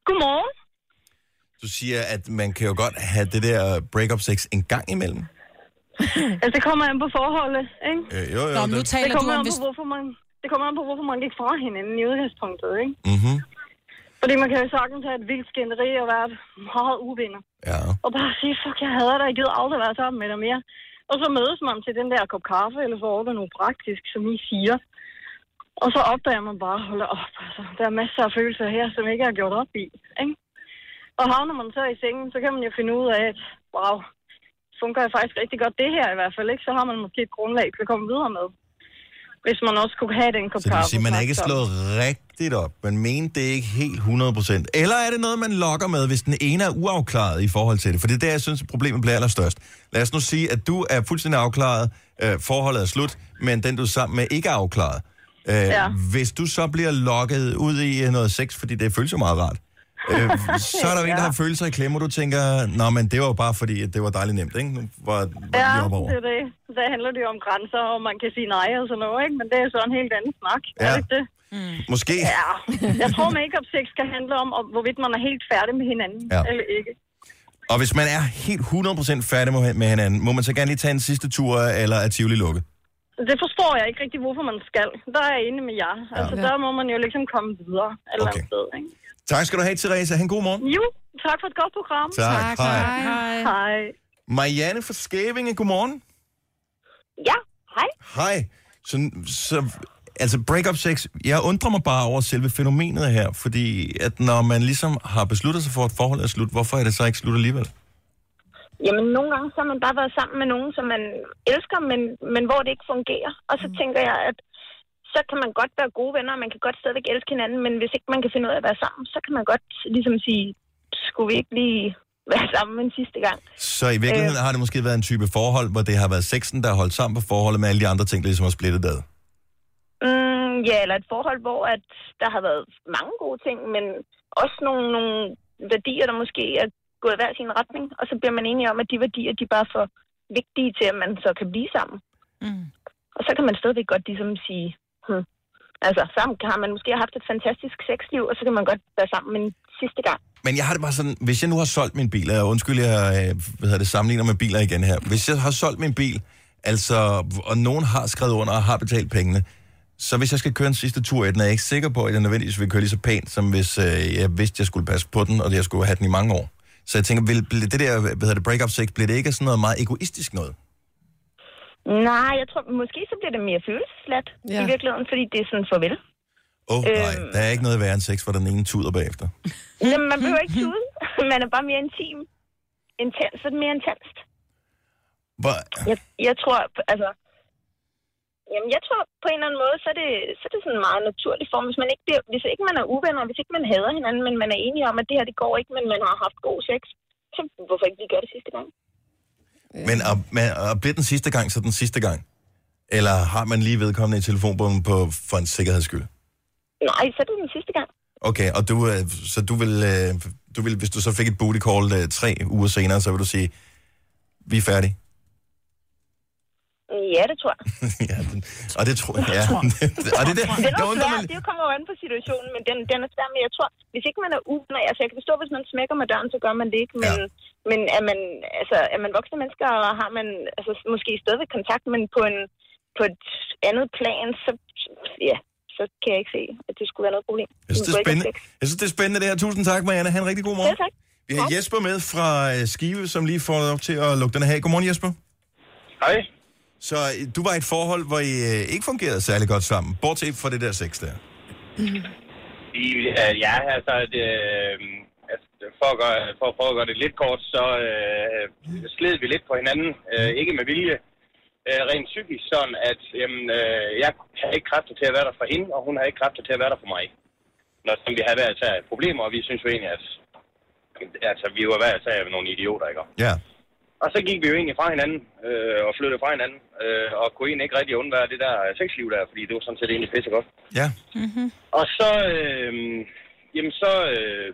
J: Godmorgen.
A: Du siger, at man kan jo godt have det der break-up sex en gang imellem.
J: Altså, det kommer an på forholdet, ikke?
A: Øh, jo, jo,
B: Nå, men nu
A: det-
J: Det
B: taler du
J: kommer,
B: om,
J: an
B: hvis...
J: på, hvorfor man, det kommer an på, hvorfor man gik fra hinanden i udgangspunktet, ikke?
A: Mhm.
J: Fordi man kan jo sagtens have et vildt skænderi og være meget uvenner.
A: Ja.
J: Og bare sige, fuck, jeg hader dig, jeg gider aldrig være sammen med dig mere. Og så mødes man til den der kop kaffe, eller får ordnet noget praktisk, som I siger. Og så opdager man bare, hold op, altså, der er masser af følelser her, som ikke er gjort op i. Ikke? Og havner man så i sengen, så kan man jo finde ud af, at wow, fungerer jeg faktisk rigtig godt det her i hvert fald, ikke? så har man måske et grundlag til at komme videre med. Hvis man også kunne have den kop
A: Så det vil
J: kaffe.
A: sige, man er ikke
J: faktisk.
A: slået rigtigt op. Man mente det ikke helt 100%. Eller er det noget, man lokker med, hvis den ene er uafklaret i forhold til det? For det er der, jeg synes, at problemet bliver allerstørst. Lad os nu sige, at du er fuldstændig afklaret, øh, forholdet er slut, men den, du er sammen med, ikke er afklaret. Øh, ja. Hvis du så bliver lokket ud i øh, noget sex, fordi det føles jo meget rart, øh, så er der jo en, der har følelser i klemme, og du tænker, nå, men det var jo bare fordi, at det var dejligt nemt, ikke? Nu var, var
J: Ja,
A: ja, lige over.
J: det er det. Så handler det jo om grænser, og man kan sige nej og sådan noget, ikke? Men det er så en helt anden snak, ja. er
A: Ja.
J: det ikke det?
A: Måske.
J: Ja. Jeg tror, makeup sex skal handle om, om, hvorvidt man er helt færdig med hinanden,
A: Ja.
J: ja. eller ikke.
A: Og hvis man er helt 100% færdig med med hinanden, må man så gerne lige tage en sidste tur, eller er Tivoli lukket?
J: Det forstår jeg ikke rigtig, hvorfor man skal. Der er jeg enig med jer. Altså,
C: Ja.
J: der må man jo ligesom komme videre et eller andet
A: Okay.
J: sted, ikke?
A: Tak skal du have, Therese. Ha' en god morgen.
J: Jo, tak for et godt program.
A: Tak. Hej.
B: Hej.
J: Hej.
A: Marianne fra Skævinge, godmorgen.
J: Ja, hej.
A: Hej. Så, så, altså break-up sex, jeg undrer mig bare over selve fænomenet her, fordi at når man ligesom har besluttet sig for, at forholdet er slut, hvorfor er det så ikke slut alligevel?
H: Jamen, nogle gange så har man bare
D: Mm.
H: været sammen med nogen, som man elsker, men, men hvor det ikke fungerer. Og så tænker jeg, at så kan man godt være gode venner, og man kan godt stadigvæk elske hinanden, men hvis ikke man kan finde ud af at være sammen, så kan man godt ligesom sige, skulle vi ikke lige være sammen en sidste gang?
A: Så i virkeligheden øh. har det måske været en type forhold, hvor det har været sexen, der har holdt sammen på forholdet med alle de andre ting, der ligesom har splittet ad.
H: Mm, ja, eller et forhold, hvor at der har været mange gode ting, men også nogle, nogle værdier, der måske er gået hver sin retning, og så bliver man enige om, at de værdier, de er bare for vigtige til, at man så kan blive sammen.
B: Mm.
H: Og så kan man stadigvæk godt ligesom sige, hmm, altså sammen har man måske haft et fantastisk sexliv, og så kan man godt være sammen en sidste gang.
A: Men jeg har det bare sådan, hvis jeg nu har solgt min bil, og undskyld, jeg øh, hvad hedder det, sammenligner med biler igen her. Hvis jeg har solgt min bil, altså, og nogen har skrevet under og har betalt pengene, så hvis jeg skal køre en sidste tur i den, er jeg ikke sikker på, at jeg nødvendigvis vil køre lige så pænt, som hvis øh, jeg vidste, jeg skulle passe på den, og jeg skulle have den i mange år. Så jeg tænker, vil, vil det der hvad hedder det, break-up sex, bliver det ikke sådan noget meget egoistisk noget?
H: Nej, jeg tror, måske så bliver det mere følelsesladt
C: Ja.
H: ja. i virkeligheden, fordi det er sådan farvel.
A: Åh oh, nej,
H: Øhm.
A: der er ikke noget værre end sex, hvor den ene tuder bagefter.
H: Jamen, man behøver ikke tude. Man er bare mere intim. Intens er mere intenst.
A: Hvor,
H: Jeg, jeg tror, altså... Jamen, jeg tror på en eller anden måde, så er det, så er det sådan en meget naturlig form. Hvis, man ikke bliver, hvis ikke man er uvenner, hvis ikke man hader hinanden, men man er enige om, at det her, det går ikke, men man har haft god sex, så hvorfor ikke lige gøre det sidste gang?
A: men, og, men og bliver den sidste gang, så den sidste gang? Eller har man lige vedkommende i telefonbogen på, for en sikkerheds skyld?
H: Nej, så er det den sidste gang.
A: Okay, og du, øh, så du vil, øh, du vil, hvis du så fik et booty call øh, tre uger senere, så vil du sige, vi er færdige.
H: Ja, det tror jeg.
A: ja, den, og det tror jeg. Ja. og det, der,
H: Den
A: der
H: er
A: undrer
H: svær.
A: mig,
H: Det kommer jo an på situationen, men den, den er svær. Men jeg tror, hvis ikke man er uvenner... Altså, jeg kan forstå, hvis man smækker med døren, så gør man det ikke. Men,
A: Ja.
H: ja. men er, man, altså, er man voksne mennesker, og har man altså, måske stadigvæk kontakt, men på, en, på et andet plan, så, ja, så kan jeg ikke se, at det skulle være noget problem.
A: jeg synes, det er spændende. Jeg synes, det er spændende det her. Tusind tak, Marianne. Ha' en rigtig god
H: Ja,
A: morgen.
H: tak.
A: Vi har Jesper med fra øh, Skive, som lige får op til at lukke den her af. Godmorgen, Jesper.
K: Hej.
A: Så øh, du var i et forhold, hvor I øh, ikke fungerede særlig godt sammen, bortset fra det der sex der.
D: Mm.
K: I, øh, ja, altså, det, øh, altså, for, at gøre, for at prøve at gøre det lidt kort, så øh, sled vi lidt på hinanden. Øh, ikke med vilje. Øh, rent psykisk sådan, at jamen, øh, jeg har ikke kræfter til at være der for hende, og hun har ikke kræfter til at være der for mig. Når som vi har været til problemer, og vi synes jo egentlig, at altså, vi var været til nogle idioter, ikke?
A: Ja.
K: Og så gik vi jo egentlig fra hinanden, øh, og flyttede fra hinanden, øh, og kunne egentlig ikke rigtig undvære det der sexliv der, fordi det var sådan set egentlig pissegodt.
A: Ja.
K: Og så, øh, jamen så øh,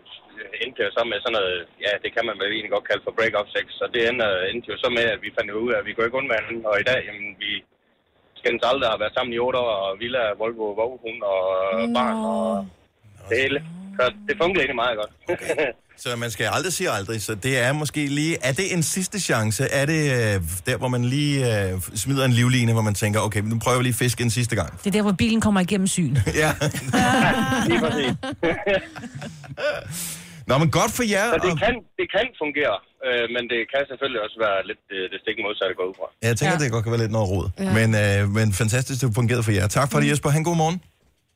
K: endte det jo så med sådan noget, ja, det kan man vel egentlig godt kalde for break-up sex, og det endte, øh, endte jo så med, at vi fandt ud af, at vi kunne ikke undvære hinanden, og i dag, jamen, vi skændes aldrig og har været sammen i otte år, og Villa, Volvo, Vognhund og barn og det hele. Så det fungerede egentlig meget godt. Okay.
A: Så man skal aldrig sige aldrig, så det er måske lige... Er det en sidste chance? Er det øh, der, hvor man lige øh, smider en livline, hvor man tænker, okay, nu prøver vi lige fisk en sidste gang?
D: Det er der, hvor bilen kommer igennem syn.
A: ja.
K: Lige præcis.
A: Nå, men godt for jer.
K: Så det
A: og-
K: kan, det kan fungere, øh, men det kan selvfølgelig også være lidt øh, det stik modsatte at gå ud fra.
A: Ja, jeg tænker, ja. det godt kan være lidt noget rod. Ja. Men, øh, men fantastisk, det fungerede for jer. Tak for det, Jesper. Han god morgen.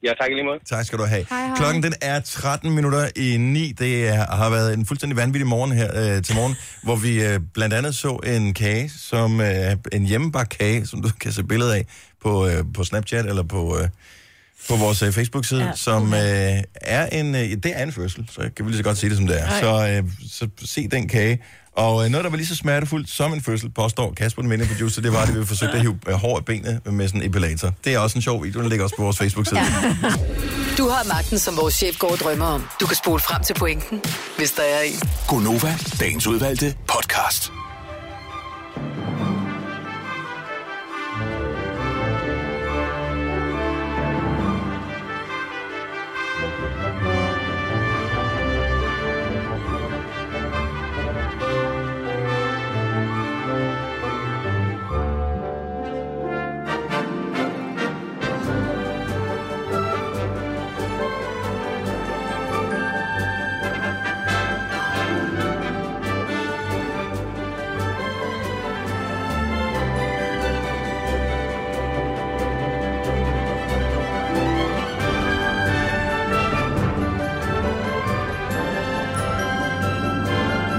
K: Ja, tak i lige måde.
A: Tak skal du have. Hej, hej. Klokken den er 13 minutter i 9. Det er, har været en fuldstændig vanvittig morgen her øh, til morgen, hvor vi øh, blandt andet så en kage, som øh, en hjemmebagt kage, som du kan se billeder af på, øh, på Snapchat eller på, øh, på vores øh, Facebook-side, ja.
D: Ja.
A: som øh, er en, øh, det er en fødsel, så jeg kan vi lige så godt sige det, som det er. Så, øh, så se den kage. Og øh, noget, der var lige så smertefuldt som en fødsel, påstår Kasper, den venlige producer, det var, at vi forsøgte at hive øh, hår af benet med sådan en epilator. Det er også en sjov video, den ligger også på vores Facebook-side. Ja.
E: Du har magten, som vores chef går og drømmer om. Du kan spole frem til pointen, hvis der er en.
F: Gonova, dagens udvalgte podcast.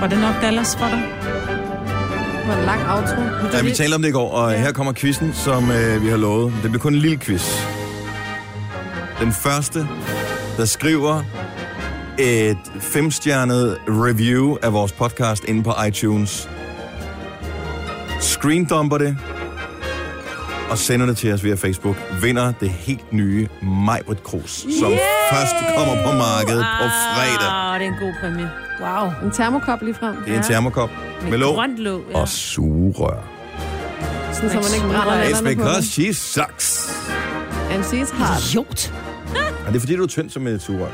B: Var det nok Dallas for dig?
C: Det var en lang outro.
A: Ja, vi talte om det i går, og ja. her kommer quizzen, som øh, vi har lovet. Det bliver kun en lille quiz. Den første, der skriver et femstjernet review af vores podcast inde på iTunes, screendumper det og sender det til os via Facebook, vinder det helt nye Majbrit Krus, som først kommer på markedet
D: Ah.
A: på fredag.
D: Åh, det er en god præmie.
C: Wow. En termokop lige frem.
A: Det er en termokop med låg
D: Grønt låg, ja.
A: og sugerør.
C: Sådan, så man ikke brænder
A: It's
C: hænderne på.
A: because she sucks.
C: den. And she's hard.
B: Idiot.
A: Og det er fordi, du er tynd som et sugerør.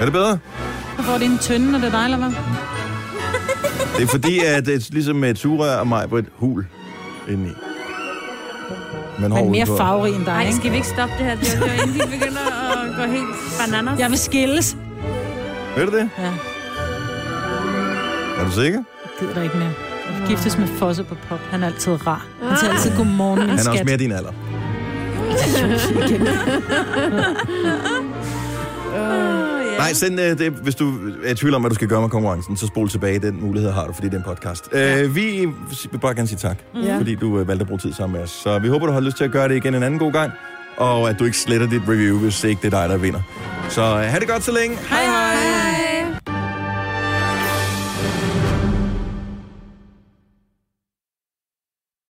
A: Er det bedre?
B: Så får det en tynde, når det er dig, eller hvad?
A: Det er fordi, at det er ligesom med et sugerør og mig på et hul indeni. Men,
B: Men mere farverig end dig,
D: Ej,
B: ikke?
D: skal vi ikke stoppe det her? Det er jo inden de begynder at gå helt bananas.
B: Jeg vil skilles.
A: Ved du det?
B: Ja,
A: Er du sikker?
B: jeg gider dig ikke mere. Jeg vil giftes med Fosse på pop. Han er altid rar. Han siger altid godmorgen, min
A: Han er også
B: skat.
A: mere din alder.
D: Øh.
A: Nej, send, øh, det, hvis du er i tvivl om, hvad du skal gøre med konkurrencen, så spol tilbage. Den mulighed har du, fordi det er en podcast. Øh, vi vil bare gerne sige tak,
C: Ja.
A: fordi du øh, valgte at bruge tid sammen med os. Så vi håber, du har lyst til at gøre det igen en anden god gang, og at du ikke sletter dit review, hvis ikke det er dig, der vinder. Så øh, ha' det godt så længe.
B: Hej, hej.